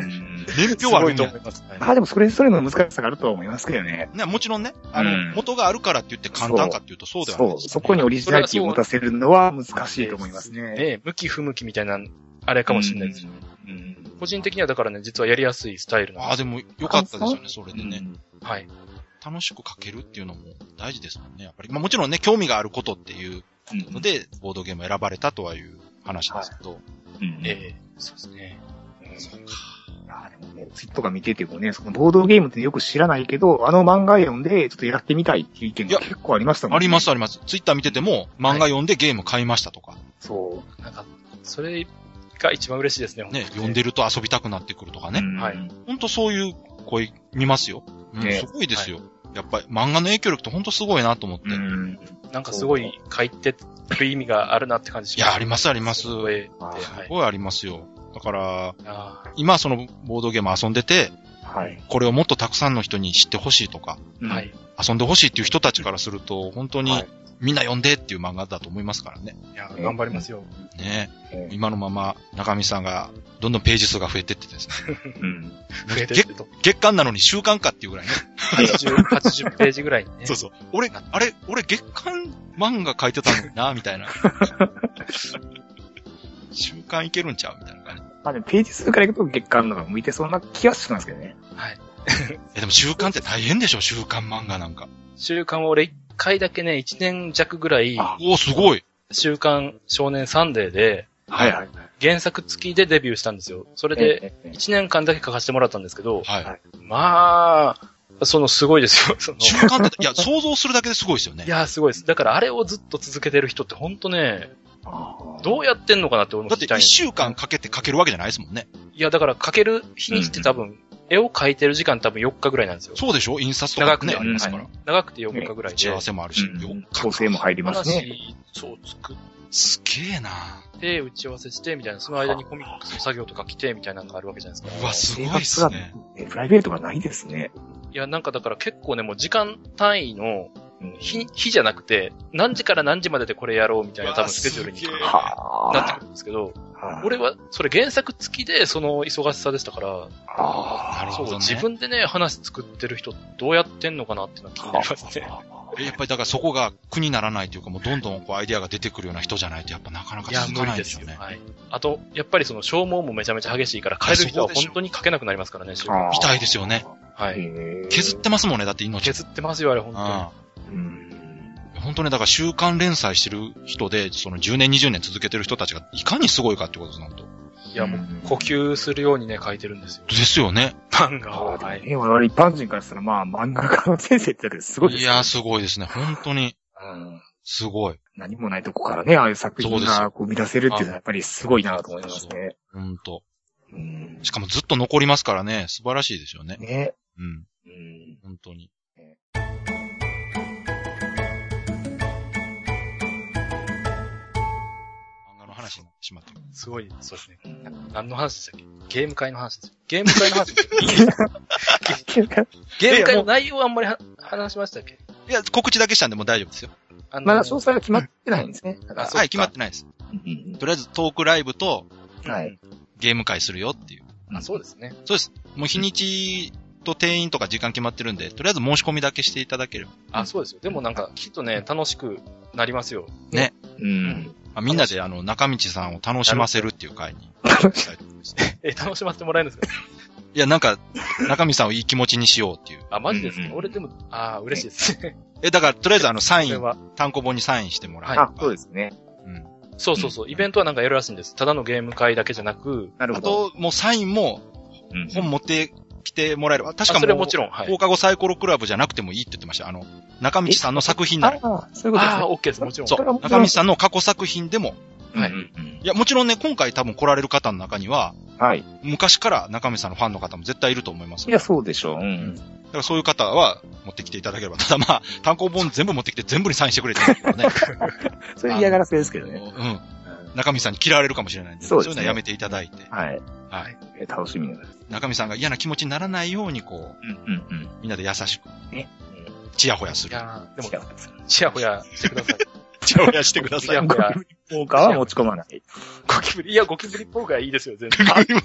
Speaker 2: 年表
Speaker 4: す
Speaker 2: はあ
Speaker 4: ご
Speaker 2: る
Speaker 4: い
Speaker 2: ん
Speaker 4: と
Speaker 2: だよ
Speaker 4: 思います。はい
Speaker 3: まあでもそれぞれの難しさがあるとは思いますけどね。
Speaker 2: ね、もちろんね、あの、
Speaker 3: うん
Speaker 2: 元があるからって言って簡単かっていうとそうではない
Speaker 3: そ
Speaker 2: で
Speaker 3: う、
Speaker 2: す、
Speaker 3: そこにオリジナリティを持たせるのは難しいと思いますね。
Speaker 4: ね向き不向きみたいな、あれかもしれないです。
Speaker 3: うん。うん
Speaker 4: 個人的にはだからね、実はやりやすいスタイルなん
Speaker 2: あ
Speaker 4: で
Speaker 2: あ、
Speaker 4: す。
Speaker 2: でも良かったですよね、それでね。
Speaker 4: はい。
Speaker 2: 楽しく書けるっていうのも大事ですもんね、やっぱり。まあもちろんね、興味があることっていう
Speaker 3: うん
Speaker 2: ので、ボードゲームを選ばれたとはいう話ですけど。
Speaker 3: うん
Speaker 4: ええそうですね。
Speaker 3: いやでもね、ツイッとか見ててもね、そのボードゲームってよく知らないけど、あの漫画読んでちょっとやってみたいっていう意見が結構ありましたもんね。
Speaker 2: ありますあります。ツイッター見てても、漫画読んでゲーム買いましたとか、
Speaker 3: そ
Speaker 4: なんか、それが一番嬉しいですね。
Speaker 2: ね、
Speaker 4: 本当
Speaker 2: 読
Speaker 4: に
Speaker 2: んでると遊びたくなってくるとか
Speaker 3: う。
Speaker 2: ね。
Speaker 3: うん
Speaker 4: はい。
Speaker 2: ほんとそういう声見ますよ。うん
Speaker 3: ね
Speaker 2: すごいですよ。やっぱり漫画の影響力ってほんとすごいなと思って。
Speaker 3: う
Speaker 2: い
Speaker 3: ん。
Speaker 4: なんかすごい書いてる意味があるなって感じします。
Speaker 2: や、ありますあります。す
Speaker 4: そういう絵って
Speaker 3: あ
Speaker 4: はい
Speaker 2: すごいありますよ。だから、
Speaker 4: あー
Speaker 2: 今そのボードゲーム遊んでて、
Speaker 3: はい。
Speaker 2: これをもっとたくさんの人に知ってほしいとか、
Speaker 3: うん
Speaker 4: はい。。
Speaker 2: 遊んでほしいっていう人たちからすると、本当
Speaker 3: は
Speaker 2: に
Speaker 3: い
Speaker 2: みんな読んでっていう漫画だと思いますからね。
Speaker 4: いや、
Speaker 3: ね
Speaker 4: 頑張りますよ。
Speaker 2: ね
Speaker 3: ええ
Speaker 2: 今のまま中見さんがどんどんページ数が増えてってですね。
Speaker 3: うん。
Speaker 4: 増えてる と。
Speaker 2: 月間なのに週間かっていうぐらいね。
Speaker 4: 80、80ページぐらいにね。
Speaker 2: そうそう。俺、あれ、俺月間漫画書いてたのにな、みたい な。週間いけるんちゃうみたいな感じ。
Speaker 3: まあでもページ数からいくと月間の方が向いてそうな気がしますけどね。
Speaker 4: はい。
Speaker 2: え、でも週間って大変でしょ週間漫画なんか。
Speaker 4: 週刊を俺一回だけね、一年弱ぐらい、
Speaker 3: あ
Speaker 2: おおすごい。
Speaker 4: 週刊少年サンデーで、
Speaker 3: はいはい。
Speaker 4: 原作付きでデビューしたんですよ。それで、
Speaker 3: ええ、
Speaker 4: 一年間だけ書かせてもらったんですけど、
Speaker 2: はい。
Speaker 4: まあ、そのすごいですよ。その
Speaker 2: 習慣って、いや、想像するだけですごいですよね。
Speaker 4: いやー、すごいです。だからあれをずっと続けてる人ってほんとね、どうやってんのかなって俺も
Speaker 2: だっ
Speaker 4: 聞
Speaker 2: て
Speaker 4: きたい
Speaker 2: 一
Speaker 4: んです
Speaker 2: 週間かけてかけるわけじゃないですもんね。
Speaker 4: いや、だからかける日にして多分、絵を描いてる時間多分4日ぐらいなんですよ。
Speaker 2: そうでしょ印刷と
Speaker 4: 長
Speaker 2: か
Speaker 4: く
Speaker 2: ね、
Speaker 4: て、
Speaker 2: ありますから。
Speaker 4: はい長くて4日ぐらい
Speaker 2: 打ち
Speaker 4: で。
Speaker 2: 合わせもあるし、
Speaker 3: う
Speaker 2: よ
Speaker 3: ん
Speaker 2: っ。か
Speaker 3: 構成も入りますね。
Speaker 4: 話、そう、作っ
Speaker 2: すげえな
Speaker 4: て、打ち合わせして、みたいな、その間にコミックスの作業とか来て、みたいなのがあるわけじゃないですか。
Speaker 2: うわ、す
Speaker 3: 生
Speaker 2: ごいっ
Speaker 3: 活
Speaker 2: す
Speaker 3: が
Speaker 2: ね。
Speaker 3: えプライベートがないですね。
Speaker 4: いや、なんかだから結構ね、もう時間単位の、日、日じゃなくて、何時から何時まででこれやろうみたいな、多分スケジュールに
Speaker 2: うわすげえ
Speaker 3: は
Speaker 4: なって
Speaker 3: あ
Speaker 4: く。るんですけど、
Speaker 3: はあ
Speaker 4: 俺は、それ原作付きで、その忙しさでしたから、
Speaker 3: はあ
Speaker 2: なる
Speaker 4: そ
Speaker 2: ほ
Speaker 4: う、
Speaker 2: どね。
Speaker 4: 自分でね、話作ってる人、どうやってんのかなっていうのは気になりますね。
Speaker 2: えやっぱりだからそこが苦にならないというか、もうどんどんこうアイデアが出てくるような人じゃないと、やっぱなかなか
Speaker 4: いや、
Speaker 2: 続
Speaker 4: 無
Speaker 2: かな
Speaker 4: 理
Speaker 2: いで
Speaker 4: ですす
Speaker 2: よ
Speaker 4: よ。
Speaker 2: ね。
Speaker 4: はい。あと、やっぱりその消耗もめちゃめちゃ激しいから、変える人は本当に書けなくなりますからね、週
Speaker 3: あー
Speaker 2: 痛いですよね。
Speaker 4: はい。
Speaker 2: 削ってますもんね、だって命。
Speaker 4: 削ってますよ、あれ、本当に。
Speaker 2: あ
Speaker 3: うん
Speaker 2: あ本当ね、だから週刊連載してる人で、その10年、20年続けてる人たちがいかにすごいかってことです、本当。
Speaker 4: いや、もう、呼吸するようにね、書いてるんですよ。
Speaker 2: ですよね。
Speaker 4: 漫画を。
Speaker 3: あ
Speaker 4: は
Speaker 3: ー
Speaker 4: い。
Speaker 3: ね我々一般人からしたら、まあ、漫画家の先生ってだけですごいで
Speaker 2: い
Speaker 3: す。
Speaker 2: や、すごいですね。本当に、
Speaker 3: うん
Speaker 2: すごい。
Speaker 3: 何もないとこからね、ああいう作
Speaker 2: そう
Speaker 3: 品
Speaker 2: です
Speaker 3: がこう生み出せるっていうのはやっぱりすごいなと思いますね。
Speaker 2: 本当。
Speaker 3: うん
Speaker 2: しかもずっと残りますからね、素晴らしいですよね。
Speaker 3: ね。
Speaker 2: うん、
Speaker 3: うん
Speaker 2: 本当に。漫画の話になってしまった。
Speaker 4: すごい、そうですね。何の話でしたっけゲーム会の話ですよ。ゲーム会の話ですよ。ゲーム会の内容はあんまりは話しましたっけ
Speaker 2: いや、告知だけしたんでもう大丈夫ですよ。
Speaker 4: あの
Speaker 3: まだ詳細は決まってないんですね。だから
Speaker 2: はい、決まってないです。
Speaker 3: うん
Speaker 2: とりあえずトークライブと
Speaker 3: うんはい。
Speaker 2: ゲーム会するよっていう。
Speaker 4: あ、そうですね。
Speaker 2: そうです。もう日にちと定員とか時間決まってるんで、とりあえず申し込みだけしていただければ。
Speaker 4: あ、そうですよ。でもなんか、きっとね、楽しくなりますよ。
Speaker 3: うん。
Speaker 2: まあ、みんなであの、中道さんを楽しませるっていう会に。
Speaker 4: え、楽しませてもらえるんですか
Speaker 2: いや、なんか、中道さんをいい気持ちにしようっていう。
Speaker 4: あ、マジですか、
Speaker 3: うんうん
Speaker 4: 俺でも、あー嬉しいです ね。
Speaker 2: え、だから、とりあえずあの、サイ
Speaker 4: それ
Speaker 2: ン、
Speaker 4: は。
Speaker 2: 単行本にサインしてもらえば
Speaker 3: あ、そうですね。
Speaker 2: うん。
Speaker 4: そうそうそう。イベントはなんかやるらしいんです。ただのゲーム会だけじゃなく、
Speaker 3: なる
Speaker 2: あ
Speaker 3: ほど。
Speaker 2: と、もうサインも
Speaker 3: うん
Speaker 2: 本持ってきてもらえれば、確
Speaker 4: 確か
Speaker 2: かも
Speaker 4: そうれもちろん。はい
Speaker 2: 放。課後サイコロクラブじゃなくてもいいって言ってました。あの、中道さんの作品なら。
Speaker 3: ああ、そういうことです
Speaker 4: あ
Speaker 3: ね
Speaker 4: あ、。OK です。もちろん。
Speaker 2: そ
Speaker 3: れは
Speaker 2: う。
Speaker 3: もちろ
Speaker 2: 中
Speaker 3: ん
Speaker 2: 道さんの過去作品でも。
Speaker 4: はい
Speaker 3: うんうん
Speaker 2: いや、もちろんね、今回多分来られる方の中には、
Speaker 3: はい。
Speaker 2: 昔から中道さんのファンの方も絶対いると思います
Speaker 3: い
Speaker 2: よ。
Speaker 3: や、そうでしょう。うん
Speaker 2: だからそういう方は持ってきていただければ。ただまあ、単行本全部持ってきて全部にサインしてくれって言うんだけどね。
Speaker 3: それ嫌がらせですけどね。
Speaker 2: うん。中道さんに嫌われるかもしれないんで、
Speaker 3: そうです
Speaker 2: い
Speaker 3: ね
Speaker 2: うのはやめていただいて。
Speaker 3: はい。
Speaker 2: はい。
Speaker 3: えー楽しみです。
Speaker 2: 中道さんが嫌な気持ちにならないように、こう、
Speaker 3: うんうんうん。
Speaker 2: みんなで優しく、
Speaker 3: ね。
Speaker 2: チヤホヤす
Speaker 4: い
Speaker 2: る。
Speaker 4: やー
Speaker 3: でも、
Speaker 4: でも、ちやほやしてください。
Speaker 2: チヤホヤしてくだ
Speaker 4: いや
Speaker 3: ゴキブリ効果は持ち込まない。
Speaker 4: ゴキブリ、いや、ゴキブリっぽいがいいですよ、全 然。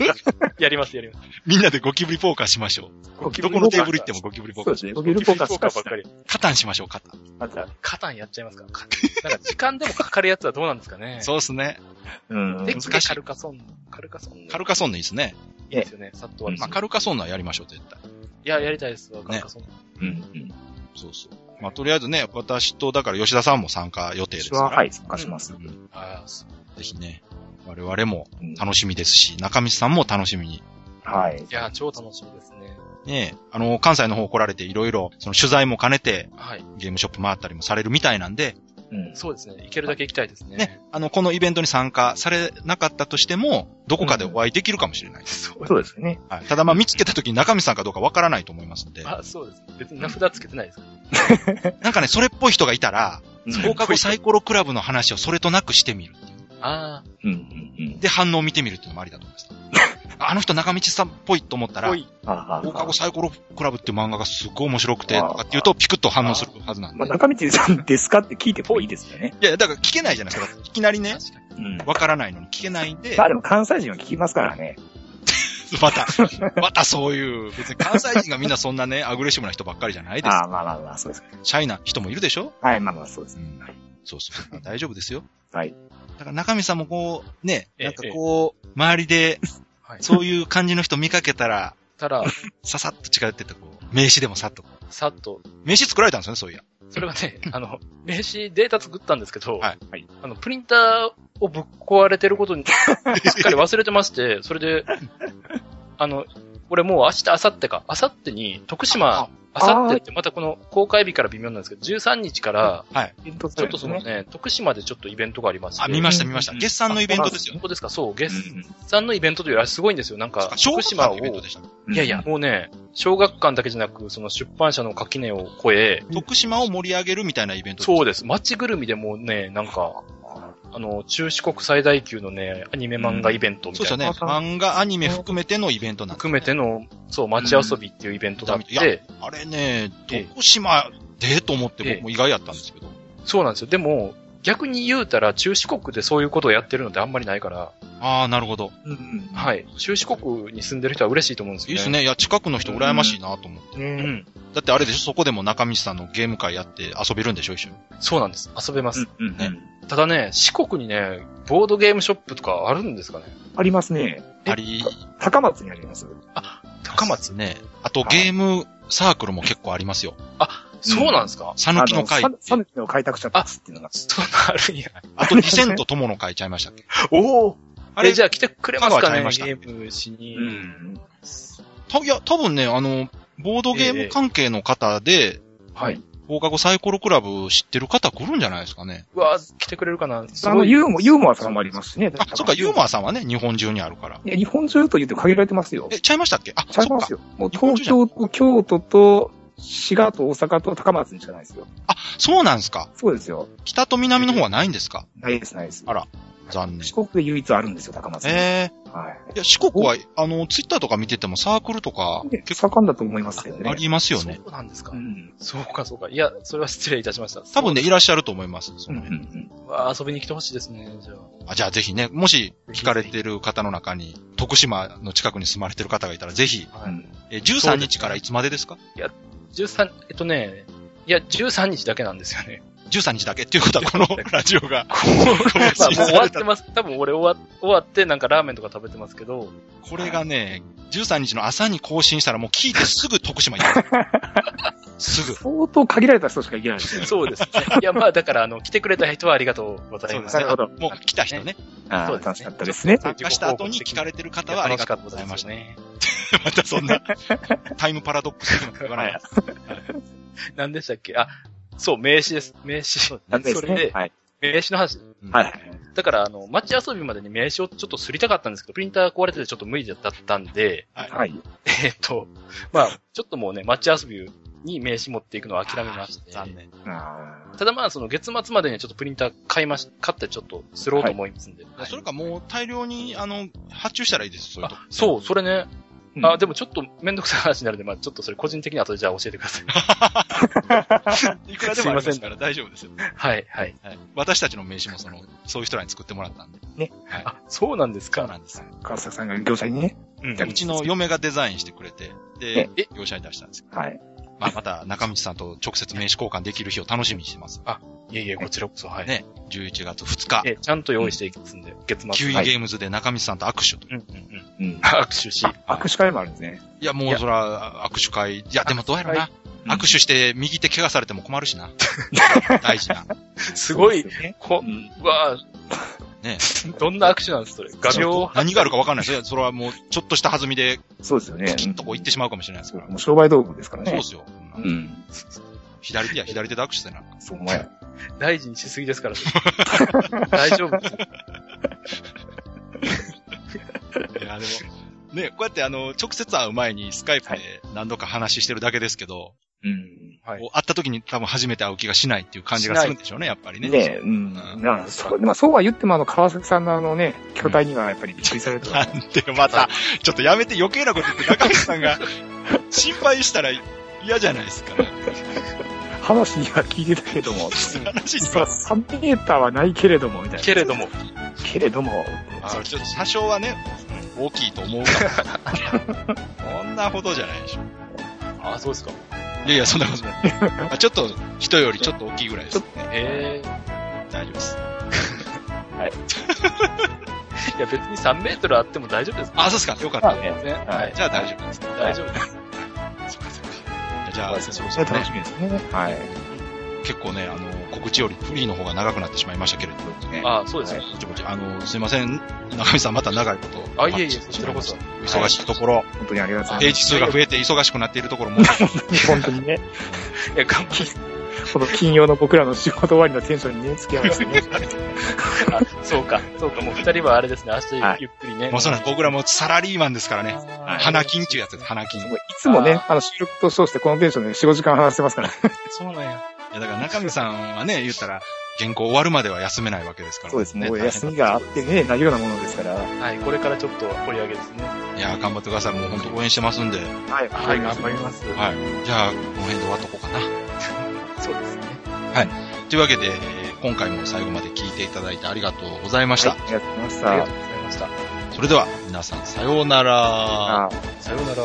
Speaker 4: やります、やります。
Speaker 2: みんなでゴキブリポーカーしましょ
Speaker 3: ゴ
Speaker 2: う。
Speaker 3: キブ
Speaker 2: ど
Speaker 3: リ
Speaker 2: この
Speaker 3: 効果
Speaker 2: テーブル行ってもゴキブリポー
Speaker 3: そ
Speaker 2: カ
Speaker 3: う
Speaker 2: ー
Speaker 3: ですね。ゴキブリ効果
Speaker 4: ゴキブ
Speaker 3: しか
Speaker 4: リポーカ
Speaker 3: し
Speaker 4: ーばっか
Speaker 3: ない。
Speaker 4: り。
Speaker 2: カタンしましょう、カタン。
Speaker 3: また、
Speaker 4: カタンやっちゃいますかカタンなんか時間でもかかるやつはどうなんですかね。
Speaker 2: そうですね。
Speaker 3: うん。
Speaker 4: で
Speaker 2: 難しい
Speaker 4: カルカソンヌ。カルカソンヌ。
Speaker 2: カルカソンヌいいですね。
Speaker 4: いいですよね、さっとは。
Speaker 2: まあ、カルカソンヌはやりましょう、絶対。
Speaker 4: いや、やりたいですわ、カルカソンヌ。
Speaker 3: うんうん。
Speaker 2: そうそう。まあ、とりあえずね、私と、だから吉田さんも参加予定です
Speaker 3: 私
Speaker 2: から。
Speaker 3: は、はい、参加します
Speaker 2: う。ん。
Speaker 4: ああ、そう
Speaker 2: ぜひね、我々も
Speaker 3: うん
Speaker 2: 楽しみですし、中道さんも楽しみに。
Speaker 3: はい
Speaker 4: い。や、超楽しみですね。
Speaker 2: ねあの、関西の方来られていろいろ、その取材も兼ねて、
Speaker 4: はい。
Speaker 2: ゲームショップ回ったりもされるみたいなんで、
Speaker 3: うん
Speaker 4: そうですね。行けるだけ行きたいですね。
Speaker 2: ね、あの、このイベントに参加されなかったとしても、どこかでお会いできるかもしれないです。
Speaker 3: そうですね。
Speaker 2: はい、ただまあ見つけた時に中身さんかどうかわからないと思いますので、
Speaker 4: あ、そうです。別に名札つけてないですから。
Speaker 2: なんかね、それっぽい人がいたら、
Speaker 3: うん
Speaker 2: 放課後サイコロクラブの話をそれとなくしてみるっていう。
Speaker 4: あ
Speaker 3: うんうん
Speaker 2: で、反応を見てみるっていうのもありだと思い ます。あの人中道さんっぽいと思った
Speaker 4: あ、
Speaker 2: ら
Speaker 4: ぽ、い。
Speaker 3: うん。ああ
Speaker 2: 放課後サイコロクラブっていう漫画がすごい面白くて、とかっていうとピクッと反応するはずなんで
Speaker 3: まあ、。中道さんですかって聞いてもいいですよね。
Speaker 2: いや、だから聞けないじゃないですか。いきなりね、
Speaker 4: 確かに。
Speaker 3: うん。
Speaker 2: わからないのに聞けないんで
Speaker 3: ま、あでも関西人は聞きますからね。
Speaker 2: また、またそういう、別に関西人がみんなそんなね、アグレッシブな人ばっかりじゃないです。
Speaker 3: ああ、まあまあまあ、そうです。
Speaker 2: シャイな人もいるでしょ
Speaker 3: はい、まあまあ、そうです
Speaker 2: う
Speaker 3: ね。
Speaker 2: ん
Speaker 3: はい。
Speaker 2: そうそう。大丈夫ですよ。
Speaker 3: はい。
Speaker 2: だから中身さんもこう、ね、
Speaker 4: ええ
Speaker 2: なんかこう、周りで、
Speaker 4: はい。そう
Speaker 2: そういう感じの人見かけたら、
Speaker 4: たら、
Speaker 2: ささっと近寄ってってこう、名刺でもさっとこう。
Speaker 4: さっと、
Speaker 2: 名刺作られたんですよね、そういや。
Speaker 4: それが ね、あの、名刺データ作ったんですけど、
Speaker 2: はい
Speaker 3: はい
Speaker 4: あの、プリンターをぶっ壊れてることに、すっか り忘れてまして、それで、あの、俺もう明日、明後日か、明後日に徳島あさってってまたこの公開日から微妙なんですけど、13日から、
Speaker 3: ちょ
Speaker 4: ちょっとそのね、徳島でちょっとイベントがありまして。
Speaker 2: あ、見ました見ました。
Speaker 3: うん
Speaker 2: 月産のイベントですよね。
Speaker 4: 本当ですかそう、ゲ
Speaker 2: う
Speaker 4: ス
Speaker 2: ん。
Speaker 4: さんのイベントというよりあれすごいんですよ。なん
Speaker 2: そっ
Speaker 4: か
Speaker 2: か、
Speaker 4: 徳島
Speaker 2: 小学
Speaker 4: を、
Speaker 2: 館のイベントでしたね。
Speaker 4: いやいや、。もうね、小学館だけじゃなく、その出版社の垣根を越え、
Speaker 2: 徳島を盛り上げるみたいなイベント
Speaker 4: そう
Speaker 2: で
Speaker 4: です。街ぐるみでもうね、なんか、あの、中四国最大級のね、アニメ漫画イベントみ
Speaker 2: す。そ
Speaker 4: た
Speaker 2: うで
Speaker 4: い
Speaker 2: す
Speaker 4: な。
Speaker 2: よね。
Speaker 3: そうそう
Speaker 2: 漫画、アニメ含めてのイベントなんです
Speaker 4: 含めての、そう、街遊びっていうイベントがあっ
Speaker 2: いや
Speaker 4: て、
Speaker 2: あれね、
Speaker 4: ええ
Speaker 2: 徳島でと思って
Speaker 4: ええ
Speaker 2: 僕も意外やったんですけど。
Speaker 4: そうなんですよ。でも、逆に言うたら、中四国でそういうことをやってるのってあんまりないから、
Speaker 2: ああ、なるほど。
Speaker 3: うん。
Speaker 4: はい。中四国に住んでる人は嬉しいと思うんです
Speaker 2: いい
Speaker 4: よね。
Speaker 2: です。ね。いや、近くの人羨ましいなと思って。
Speaker 4: うん。
Speaker 2: だってあれでしょ、そこでも中道さんのゲーム会やって遊べるんでしょ、一緒に。
Speaker 4: そうなんです。遊べます。
Speaker 3: うんうんうん。
Speaker 4: ただね、四国にね、ボードゲームショップとかあるんですかね
Speaker 3: ありますね。え
Speaker 2: あり、
Speaker 3: 高松にあります。
Speaker 4: 高松。
Speaker 2: ね。あとゲームサークルも結構ありますよ。
Speaker 4: そうなんですか、
Speaker 2: さぬきの会
Speaker 3: あ。さぬきの開拓者パスっていうのが。
Speaker 4: そんなあるんや。
Speaker 2: あと、リセンと友の会ちゃいましたっけ
Speaker 4: おお あ
Speaker 2: え
Speaker 4: れじゃあ来てくれますか
Speaker 2: 香川ちゃ
Speaker 4: ね
Speaker 2: いました
Speaker 4: ゲームしに。
Speaker 3: うん。
Speaker 2: たいや、多分ね、あの、ボードゲーム関係の方で、
Speaker 4: はい。
Speaker 2: 放課後サイコロクラブ知ってる方来るんじゃないですかね。
Speaker 4: うわー来てくれるかなす
Speaker 3: あ
Speaker 4: ご
Speaker 3: の、
Speaker 4: い。
Speaker 3: ユーモ、ユーモアさんもありますしね。
Speaker 2: あ、そっか、ユーモ
Speaker 3: ア。
Speaker 2: アさんはね、日本中にあるから。
Speaker 3: いや、日本中と言って限られてますよ。
Speaker 2: え、ちゃいましたっけあ、
Speaker 3: ちゃ
Speaker 2: そ
Speaker 3: いま
Speaker 2: っか。
Speaker 3: すよ。もう
Speaker 2: 日本
Speaker 3: 東
Speaker 2: 中じゃん
Speaker 3: 京と京都と、滋賀と大阪と高松にしかないですよ。
Speaker 2: あ、そうなんですか。
Speaker 3: そうですよ。
Speaker 2: 北と南の方はないんですか
Speaker 3: ないです、ないです。
Speaker 2: あら残念
Speaker 3: 四。国で唯一あるんですよ、高松に。
Speaker 2: え
Speaker 3: はい。
Speaker 2: えいや、四国は、あの、ツイッターとか見ててもサークルとか
Speaker 3: 結
Speaker 2: 結
Speaker 3: 構盛んだと思いますけど
Speaker 2: 構
Speaker 3: ね。
Speaker 2: ありますよね。
Speaker 4: そうなんですか、
Speaker 3: うん。
Speaker 4: そうかそうか。いや、それは失礼いたしました。
Speaker 2: 多分ね、いらっしゃると思います。そ
Speaker 3: うんう
Speaker 2: の
Speaker 3: んう
Speaker 2: 辺
Speaker 3: ん。
Speaker 4: そう。うわー遊びに来てほしいですね、じゃあ。
Speaker 2: あじゃあぜひね、もし聞かれてる方の中に、徳島の近くに住まれてる方がいたら、ぜひ、
Speaker 4: はい
Speaker 3: うん
Speaker 2: え13日からいつまでですか
Speaker 4: 13、えっとね、いや、13日だけなんですよ ね。
Speaker 2: ?13 日だけっていうことは、このラジオが、
Speaker 4: まあ、もう終わってます。多分俺終わ終わって、なんかラーメンとか食べてますけど、
Speaker 2: これがね、13日の朝に更新したら、もう聞いてすぐ徳島 行く。すぐ。
Speaker 3: 相当限られた人しかいけないですね。
Speaker 4: そうですね。 いや、まあ、だから、あの、来てくれた人はありがとうございます。
Speaker 3: なるほど。
Speaker 2: もう来た人ね、
Speaker 3: あ
Speaker 4: そう
Speaker 3: あ、
Speaker 4: ですね
Speaker 3: 楽しかったですね。
Speaker 2: 参加した後に聞かれてる方はありがとうございました。
Speaker 4: ね。
Speaker 2: またそんな、タイムパラドックスって言わない。
Speaker 4: 何でしたっけあ、そう、名刺です。名刺。
Speaker 3: なんです
Speaker 4: それ
Speaker 3: ね。
Speaker 4: で、
Speaker 3: はい。
Speaker 4: 名刺の話。
Speaker 3: はい
Speaker 2: い。
Speaker 3: はい。
Speaker 4: だから、あの、街遊びまでに名刺をちょっとすりたかったんですけど、プリンター壊れててちょっと無理だったんで、
Speaker 2: は。
Speaker 3: はいい。
Speaker 4: えっと、まあ、ちょっともうね、街遊びに名刺持っていくのを諦めまして。
Speaker 2: 残念。
Speaker 3: ああ
Speaker 4: ただまあ、その月末までにはちょっとプリンター買いまし、買ってちょっとすろうと思いますんで。
Speaker 2: それかもう大量に、あの、発注したらいいです、そういうとこ
Speaker 4: あそう、それね。
Speaker 3: うん
Speaker 4: あ、でもちょっとめんどくさい話になるんで、まあちょっとそれ個人的に後でじゃあ教えてください。
Speaker 2: いくらでもありますから大丈夫ですよ。
Speaker 4: はい、はい。
Speaker 2: はい私たちの名刺もその、そういう人らに作ってもらったんで。
Speaker 4: あ、そうなんです
Speaker 2: そう
Speaker 4: か。
Speaker 2: なんです。
Speaker 3: 川崎さんが業者にね。
Speaker 4: うん
Speaker 3: じゃあ
Speaker 2: うちの嫁がデザインしてくれて、で
Speaker 4: え、
Speaker 2: 業者に出したんですよ。
Speaker 3: はい。
Speaker 2: まあ、また中道さんと直接名刺交換できる日を楽しみにしてます。
Speaker 4: いえいえ、こちらこそ、はい。
Speaker 2: ね11月2日、
Speaker 4: え、ちゃんと用意していきますんで、月末。
Speaker 2: キウイ
Speaker 4: はい
Speaker 2: ゲームズで中道さんと握手と。
Speaker 4: うんうんうん。
Speaker 3: うん。
Speaker 4: 握手し、
Speaker 3: 握手会もあるんですね。
Speaker 2: いや、もうそら、握手会。いや、でもどうやろうな。
Speaker 3: うん
Speaker 2: 握手して右手怪我されても困るし な。大事な。
Speaker 4: すごい
Speaker 3: そう、ですよね。
Speaker 4: こ
Speaker 3: う、ん。
Speaker 4: うわ
Speaker 2: ね
Speaker 4: ぁ、 どんな握手なんですそれ。画鋲
Speaker 2: 何があるか分かんないですよ。それはもう、ちょっとした弾みで、
Speaker 3: そうですよね
Speaker 2: ピ。キッとこう行ってしまうかもしれないですから。
Speaker 3: もう商売道具ですから
Speaker 2: そうで
Speaker 3: ね。
Speaker 2: すよ。
Speaker 3: ううん。
Speaker 2: 左手や左手で握手してな。
Speaker 3: そう、お前。
Speaker 4: 大事にしすぎですから、それ大丈夫です。
Speaker 2: いや、でも、ね、こうやってあの、直接会う前にスカイプ
Speaker 3: は
Speaker 2: で
Speaker 3: い
Speaker 2: 何度か話してるだけですけど、
Speaker 3: うん。
Speaker 4: はい
Speaker 2: こう会った時に多分初めて会う気がしないっていう感じがするんでしょうね、やっぱりね。
Speaker 3: ねえ、うん。なそう、まあ、そうは言っても、あの、川崎さんのあのね、巨体にはやっぱりびっくりされると思う
Speaker 2: なんて、また、ちょっとやめて余計なこと言って中口さんが心配したら嫌じゃないですか。
Speaker 3: 話には聞いてたけども、
Speaker 2: 話に
Speaker 3: 実は
Speaker 2: は。
Speaker 3: 3メーターはないけれども、みたいな。
Speaker 4: けれども、
Speaker 3: けれども、
Speaker 2: あそれちょっと多少はね、大きいと思うかも。こんなほどじゃないでしょ。
Speaker 4: あ、そうですか。
Speaker 2: いやいや、そんなことない。あちょっと、人よりちょっと大きいぐらいですね。
Speaker 4: え
Speaker 2: 大丈夫です。
Speaker 4: ー、いや別に3メートルあっても大丈夫です。
Speaker 2: あ、そうですか。よかっ
Speaker 3: まあ
Speaker 2: た。
Speaker 3: ね、
Speaker 4: ね、はい。
Speaker 2: じゃあ大丈夫です。
Speaker 4: 大丈夫です。
Speaker 2: そうかそうかじゃあ、そろそろ
Speaker 3: 楽
Speaker 2: ね
Speaker 3: しみですね。はい。
Speaker 2: 結構ね、あの、告知よりフリーの方が長くなってしまいましたけれども、ね、
Speaker 4: ああ、そうですね。
Speaker 2: ぼちぼちあの、すいません、中上さんまた長いこと。
Speaker 4: あいえいえ
Speaker 2: お話ししてしまました
Speaker 4: こ
Speaker 2: 忙しいところ、
Speaker 3: 本当にありがとうご
Speaker 2: ペ
Speaker 3: ざい
Speaker 2: ー
Speaker 3: ま
Speaker 2: ジ数が増えて忙しくなっているところも、
Speaker 3: す。本当にね、
Speaker 4: いや、頑張っ
Speaker 3: この金曜の僕らの仕事終わりのテンションにね、付き合いましたね。
Speaker 4: た。そうか、そうか、もう二人はあれですね、明
Speaker 3: は
Speaker 4: 日ゆ
Speaker 3: い
Speaker 4: っくりね。
Speaker 2: もうそうなんです僕らもサラリーマンですからね、
Speaker 3: は
Speaker 2: 花金っていうやつです、花金。
Speaker 3: いつもね、あの、収録と称してこのテンションで4、5時間話してますから。
Speaker 2: そうなんや。いや、だから中身さんはね、言ったら、原稿終わるまでは休めないわけですから。
Speaker 3: もう
Speaker 2: 大変
Speaker 3: 休みがあってね、なるようなものですから。はい
Speaker 4: はい、これからちょっと掘り上げですね。はい
Speaker 2: や、頑張ってください。もう本当応援してますんで。はい。
Speaker 3: い、
Speaker 4: い、頑張り
Speaker 3: す。
Speaker 4: ます。
Speaker 2: じゃあ、この辺で終わっとこうかな。
Speaker 4: そうですね。
Speaker 2: というわけで、えー今回も最後まで聞いていただいてありがとうございまし
Speaker 3: はい、
Speaker 2: た。
Speaker 3: ありがとうございまし
Speaker 4: ありがと。
Speaker 3: た
Speaker 4: うございました。
Speaker 2: それでは、皆さん、さようなら。
Speaker 3: あー
Speaker 4: さようなら。